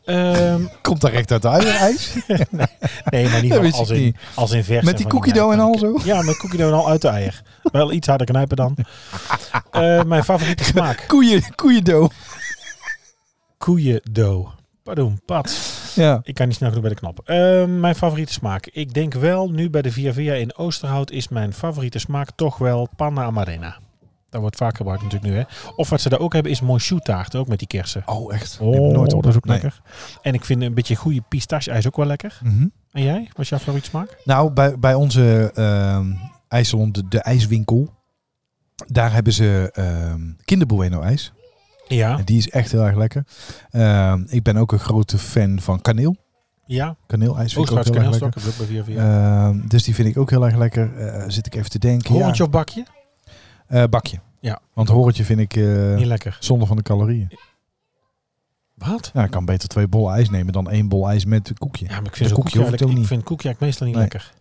Speaker 3: Ehm,
Speaker 2: Komt daar recht uit de uien, ijs?
Speaker 3: nee, maar in
Speaker 2: Dat
Speaker 3: ieder
Speaker 2: wist
Speaker 3: geval als
Speaker 2: ik
Speaker 3: in,
Speaker 2: niet.
Speaker 3: als in vers.
Speaker 2: Met die
Speaker 3: van
Speaker 2: cookie dough en
Speaker 3: van
Speaker 2: al
Speaker 3: die-
Speaker 2: zo?
Speaker 3: Ja, met cookie dough en al uit de eier. Wel iets harder knijpen dan. Eh, mijn favoriete smaak,
Speaker 2: Koeien, koeiendoe.
Speaker 3: koeiendough. Pardon, pat.
Speaker 2: Ja.
Speaker 3: Ik kan niet snel genoeg bij de knop. Ehm, mijn favoriete smaak. Ik denk wel, nu bij de Via Via in Oosterhout is mijn favoriete smaak toch wel panna amarena. Dat wordt vaak gebruikt natuurlijk nu. Hè? Of wat ze daar ook hebben is monchou-taart, ook met die kersen.
Speaker 2: Oh, echt?
Speaker 3: Oh,
Speaker 2: Die heb ik nooit
Speaker 3: dat is ook
Speaker 2: Nee.
Speaker 3: lekker. En ik vind een beetje goede pistache-ijs ook wel lekker.
Speaker 2: Mhm.
Speaker 3: En jij? Wat is jouw favoriete smaak?
Speaker 2: Nou, bij, bij onze ehm ijssalon, de, de ijswinkel, daar hebben ze ehm kinderbueno ijs.
Speaker 3: Ja.
Speaker 2: En die is echt heel erg lekker. Ehm, ik ben ook een grote fan van kaneel.
Speaker 3: Ja.
Speaker 2: Kaneelijs vind ik ook
Speaker 3: Oosterhout
Speaker 2: heel erg lekker.
Speaker 3: kaneelstok heb ik ook bij Via Via.
Speaker 2: Ehm, dus die vind ik ook heel erg lekker. Eh, zit ik even te denken. Ja.
Speaker 3: Horentje of bakje?
Speaker 2: Eh, bakje.
Speaker 3: Ja.
Speaker 2: Want horentje vind ik eh,
Speaker 3: Niet lekker.
Speaker 2: zonde van de calorieën.
Speaker 3: Wat?
Speaker 2: Nou, ik kan beter twee bollen ijs nemen dan één bol ijs met een koekje.
Speaker 3: Ja, maar ik
Speaker 2: De
Speaker 3: vind zo'n koekje,
Speaker 2: koekje hoef ik
Speaker 3: eigenlijk-
Speaker 2: ook
Speaker 3: ik
Speaker 2: niet.
Speaker 3: vind koekje eigenlijk meestal niet
Speaker 2: Nee.
Speaker 3: lekker.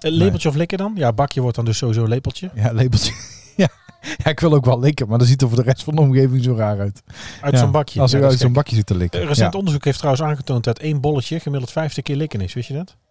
Speaker 3: Eh, lepeltje of likker dan? Ja, bakje wordt dan dus sowieso lepeltje.
Speaker 2: Ja, lepeltje. ja. ja, ik wil ook wel likken, maar dan ziet er voor de rest van de omgeving zo raar uit.
Speaker 3: Uit
Speaker 2: Ja,
Speaker 3: zo'n bakje.
Speaker 2: Als
Speaker 3: Ja,
Speaker 2: ik
Speaker 3: dat
Speaker 2: uit
Speaker 3: is
Speaker 2: zo'n
Speaker 3: gek.
Speaker 2: bakje zit te likken.
Speaker 3: Eh, Recent
Speaker 2: Ja.
Speaker 3: onderzoek heeft trouwens aangetoond dat één bolletje gemiddeld 50 keer likken is. Wist je dat?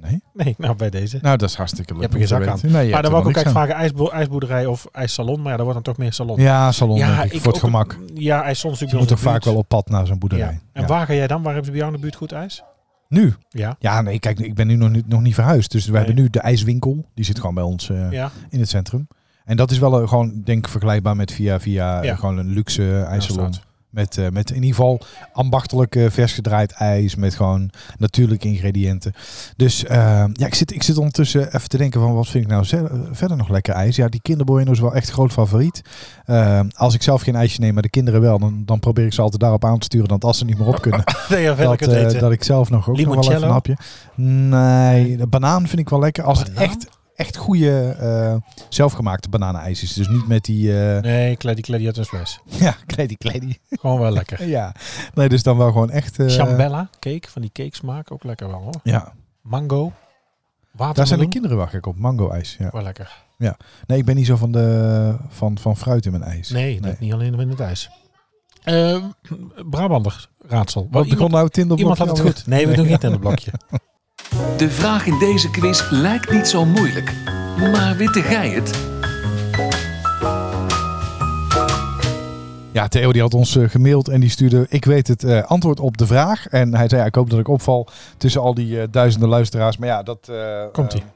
Speaker 2: Nee?
Speaker 3: Nee, nou bij deze.
Speaker 2: Nou, dat is hartstikke leuk.
Speaker 3: Je hebt er geen
Speaker 2: om te
Speaker 3: zak aan.
Speaker 2: weten. Nee, je
Speaker 3: maar
Speaker 2: hebt
Speaker 3: dan
Speaker 2: er
Speaker 3: wou ik
Speaker 2: wel
Speaker 3: ook
Speaker 2: niks
Speaker 3: eigenlijk vragen ijsbo- ijsboerderij of ijssalon. Maar ja, daar wordt dan toch meer salon.
Speaker 2: aan. Ja, salon denk ik,
Speaker 3: ik
Speaker 2: voor het
Speaker 3: ook-
Speaker 2: gemak.
Speaker 3: Ja, ijssalon is natuurlijk
Speaker 2: Je
Speaker 3: bij
Speaker 2: moet
Speaker 3: ons
Speaker 2: toch
Speaker 3: in de
Speaker 2: vaak
Speaker 3: buurt.
Speaker 2: wel op pad naar zo'n boerderij.
Speaker 3: Ja. En
Speaker 2: Ja.
Speaker 3: waar ga jij dan? Waar hebben ze bij jou in de buurt goed ijs?
Speaker 2: Nu?
Speaker 3: Ja.
Speaker 2: Ja, nee, kijk, ik ben nu nog niet, nog niet verhuisd. Dus we
Speaker 3: Nee. Hm.
Speaker 2: hebben nu de ijswinkel. Die zit gewoon bij ons eh,
Speaker 3: Ja.
Speaker 2: in het centrum. En dat is wel eh, gewoon, denk ik, vergelijkbaar met via, via eh,
Speaker 3: Ja.
Speaker 2: gewoon een luxe ijssalon.
Speaker 3: staat.
Speaker 2: met, eh, met in ieder geval ambachtelijk eh, vers gedraaid ijs. Met gewoon natuurlijke ingrediënten. Dus eh, ja, ik zit, ik zit ondertussen even te denken van wat vind ik nou zel- verder nog lekker ijs. Ja, die kinderboyeno is wel echt groot favoriet. Eh, als ik zelf geen ijsje neem, maar de kinderen wel. Dan, dan probeer ik ze altijd daarop aan te sturen. Dat als ze niet meer op kunnen.
Speaker 3: Nee, ja, verder
Speaker 2: dat,
Speaker 3: kunt
Speaker 2: eh,
Speaker 3: eten.
Speaker 2: dat ik zelf nog ook nog wel even een
Speaker 3: Limoncello?
Speaker 2: hapje. Nee, de banaan vind ik wel lekker. Als het
Speaker 3: Banaan?
Speaker 2: echt, echt goede eh, zelfgemaakte bananenijs is. Dus niet met die... eh
Speaker 3: Nee, kledi, kledi uit een fles.
Speaker 2: ja, kledie, kledie.
Speaker 3: Gewoon wel lekker.
Speaker 2: ja, nee, dus dan wel gewoon echt... eh,
Speaker 3: Chambella cake, van die cakesmaak. Ook lekker wel hoor.
Speaker 2: ja,
Speaker 3: Mango. Watermeloen.
Speaker 2: daar zijn de kinderen wel gek op. Mango-ijs, ja.
Speaker 3: Wel lekker.
Speaker 2: Nee, ik ben niet zo van, de, van, van fruit in mijn ijs.
Speaker 3: Nee, dat niet alleen in het ijs. Eh, Brabander raadsel.
Speaker 2: Wat
Speaker 3: Wat
Speaker 2: begon nou Tinder?
Speaker 3: Iemand had het goed. Nee, we doen geen tenderblokje.
Speaker 1: De vraag in deze quiz lijkt niet zo moeilijk. Maar witte gij het?
Speaker 2: Ja, Theo die had ons eh, gemaild en die stuurde, ik weet het eh, antwoord op de vraag. En hij zei, ja, ik hoop dat ik opval tussen al die eh, duizenden luisteraars. Maar ja, dat... eh,
Speaker 3: Komt-ie.
Speaker 2: eh,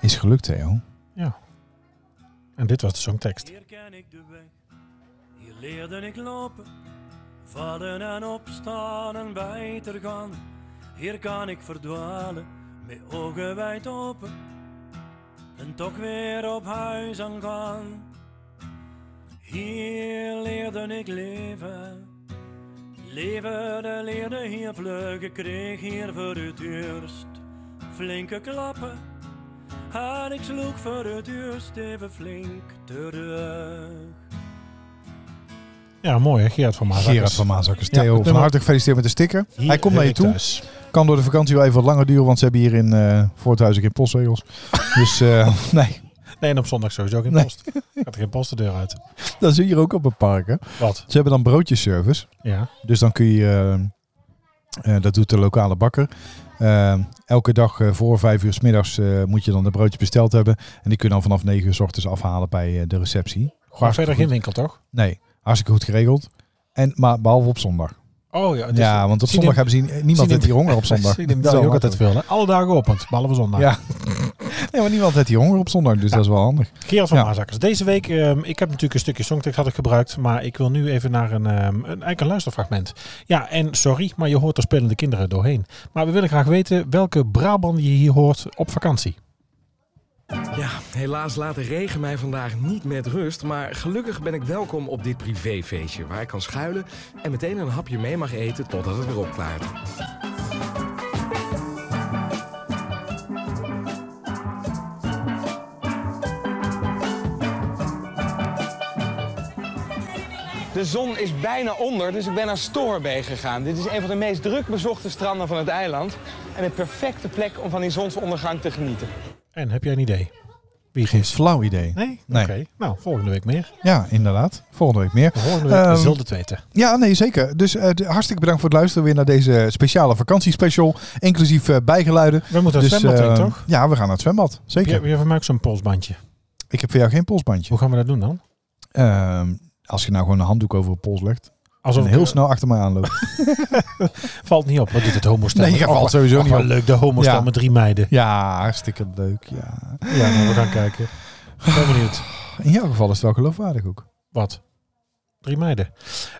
Speaker 2: is gelukt, Theo.
Speaker 3: En dit was de songtekst.
Speaker 4: Hier ken ik de weg, hier leerde ik lopen, vallen en opstaan en beter gaan. Hier kan ik verdwalen, met ogen wijd open, en toch weer op huis aan gaan. Hier leerde ik leven, leefde, leerde hier vluggen, kreeg hier voor het eerst flinke klappen. En ik sloeg voor het eerst even flink terug.
Speaker 3: Ja, mooi hè, Gerard van Maas.
Speaker 2: Gerard van Maasakkers.
Speaker 3: Ja,
Speaker 2: Theo,
Speaker 3: het
Speaker 2: van
Speaker 3: nummer-
Speaker 2: harte gefeliciteerd met de sticker.
Speaker 3: Hier
Speaker 2: Hij komt
Speaker 3: heb
Speaker 2: naar je
Speaker 3: ik
Speaker 2: toe.
Speaker 3: thuis.
Speaker 2: Kan door de vakantie wel even wat langer duren, want ze hebben hier in eh Voorthuizen geen postzegels. dus eh, nee,
Speaker 3: Nee, en op zondag sowieso geen
Speaker 2: Nee.
Speaker 3: post. Gaat er geen post de deur uit.
Speaker 2: dat is hier ook op het park. Hè.
Speaker 3: Wat?
Speaker 2: Ze hebben dan broodjeservice.
Speaker 3: Ja.
Speaker 2: Dus dan kun je, eh, eh, dat doet de lokale bakker. Eh, elke dag eh, voor vijf uur s middags eh, moet je dan de broodje besteld hebben. En die kunnen dan vanaf negen uur s ochtends afhalen bij eh, de receptie.
Speaker 3: Gewoon verder geen
Speaker 2: goed.
Speaker 3: winkel, toch?
Speaker 2: Nee, hartstikke goed geregeld. En, maar behalve op zondag.
Speaker 3: Oh ja. het is-
Speaker 2: ja, want op
Speaker 3: Zie
Speaker 2: zondag
Speaker 3: die-
Speaker 2: hebben ze hier- eh, niemand
Speaker 3: zie
Speaker 2: heeft hier honger op zondag.
Speaker 3: Ik denk
Speaker 2: Dat
Speaker 3: dat
Speaker 2: is
Speaker 3: je
Speaker 2: wel
Speaker 3: ook altijd veel. Hè? Alle dagen opent, behalve zondag.
Speaker 2: Ja. Nee, maar niemand heeft hier honger op zondag, dus dat is wel handig.
Speaker 3: Gerard van
Speaker 2: Ja.
Speaker 3: Maasakkers. Deze week, ehm, ik heb natuurlijk een stukje songtekst had ik gebruikt, maar ik wil nu even naar een, ehm, een, eigenlijk een luisterfragment. Ja, en sorry, maar je hoort er spelende kinderen doorheen. Maar we willen graag weten welke Brabant je hier hoort op vakantie.
Speaker 5: Ja, helaas laat de regen mij vandaag niet met rust. Maar gelukkig ben ik welkom op dit privéfeestje. Waar ik kan schuilen en meteen een hapje mee mag eten totdat het weer opklaart.
Speaker 6: De zon is bijna onder, dus ik ben naar Stoorbeek gegaan. Dit is een van de meest druk bezochte stranden van het eiland. En een perfecte plek om van die zonsondergang te genieten.
Speaker 3: En heb jij een idee? Wie het
Speaker 2: Geen
Speaker 3: is?
Speaker 2: flauw idee.
Speaker 3: Nee?
Speaker 2: Nee.
Speaker 3: Oké, nou volgende week meer.
Speaker 2: Ja, inderdaad. Volgende week meer.
Speaker 3: Volgende week
Speaker 2: Ehm,
Speaker 3: zult het weten.
Speaker 2: Ja, nee, zeker. Dus eh, de- hartstikke bedankt voor het luisteren weer naar deze speciale vakantiespecial. Inclusief eh, bijgeluiden.
Speaker 3: We moeten
Speaker 2: dus,
Speaker 3: het zwembad in,
Speaker 2: eh,
Speaker 3: toch?
Speaker 2: Ja, we gaan naar het zwembad. Zeker.
Speaker 3: ehm, Je, je van mij ook zo'n polsbandje.
Speaker 2: Ik heb voor jou geen polsbandje.
Speaker 3: Hoe gaan we dat doen dan?
Speaker 2: Ehm, als je nou gewoon een handdoek over een pols legt.
Speaker 3: Alsof
Speaker 2: En heel
Speaker 3: het, eh,
Speaker 2: snel achter mij aanloopt.
Speaker 3: valt niet op. Wat doet het homostel? Oh,
Speaker 2: Nee, je valt sowieso niet op.
Speaker 3: leuk, de homostel
Speaker 2: Ja.
Speaker 3: met drie meiden.
Speaker 2: Ja, hartstikke leuk. Ja.
Speaker 3: Ja, nou, we gaan kijken. Ik ben benieuwd.
Speaker 2: In jouw geval is het wel geloofwaardig ook.
Speaker 3: Wat? Drie meiden.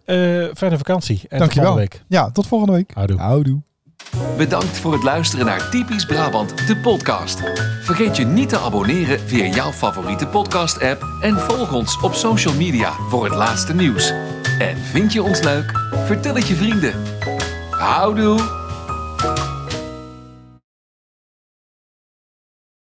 Speaker 3: Eh, fijne vakantie. En tot
Speaker 2: Dankjewel.
Speaker 3: volgende week.
Speaker 2: Ja, tot volgende week.
Speaker 3: Houdoe.
Speaker 2: Houdoe.
Speaker 1: Bedankt voor het luisteren naar Typisch Brabant, de podcast. Vergeet je niet te abonneren via jouw favoriete podcast-app en volg ons op social media voor het laatste nieuws. En vind je ons leuk? Vertel het je vrienden. Houdoe!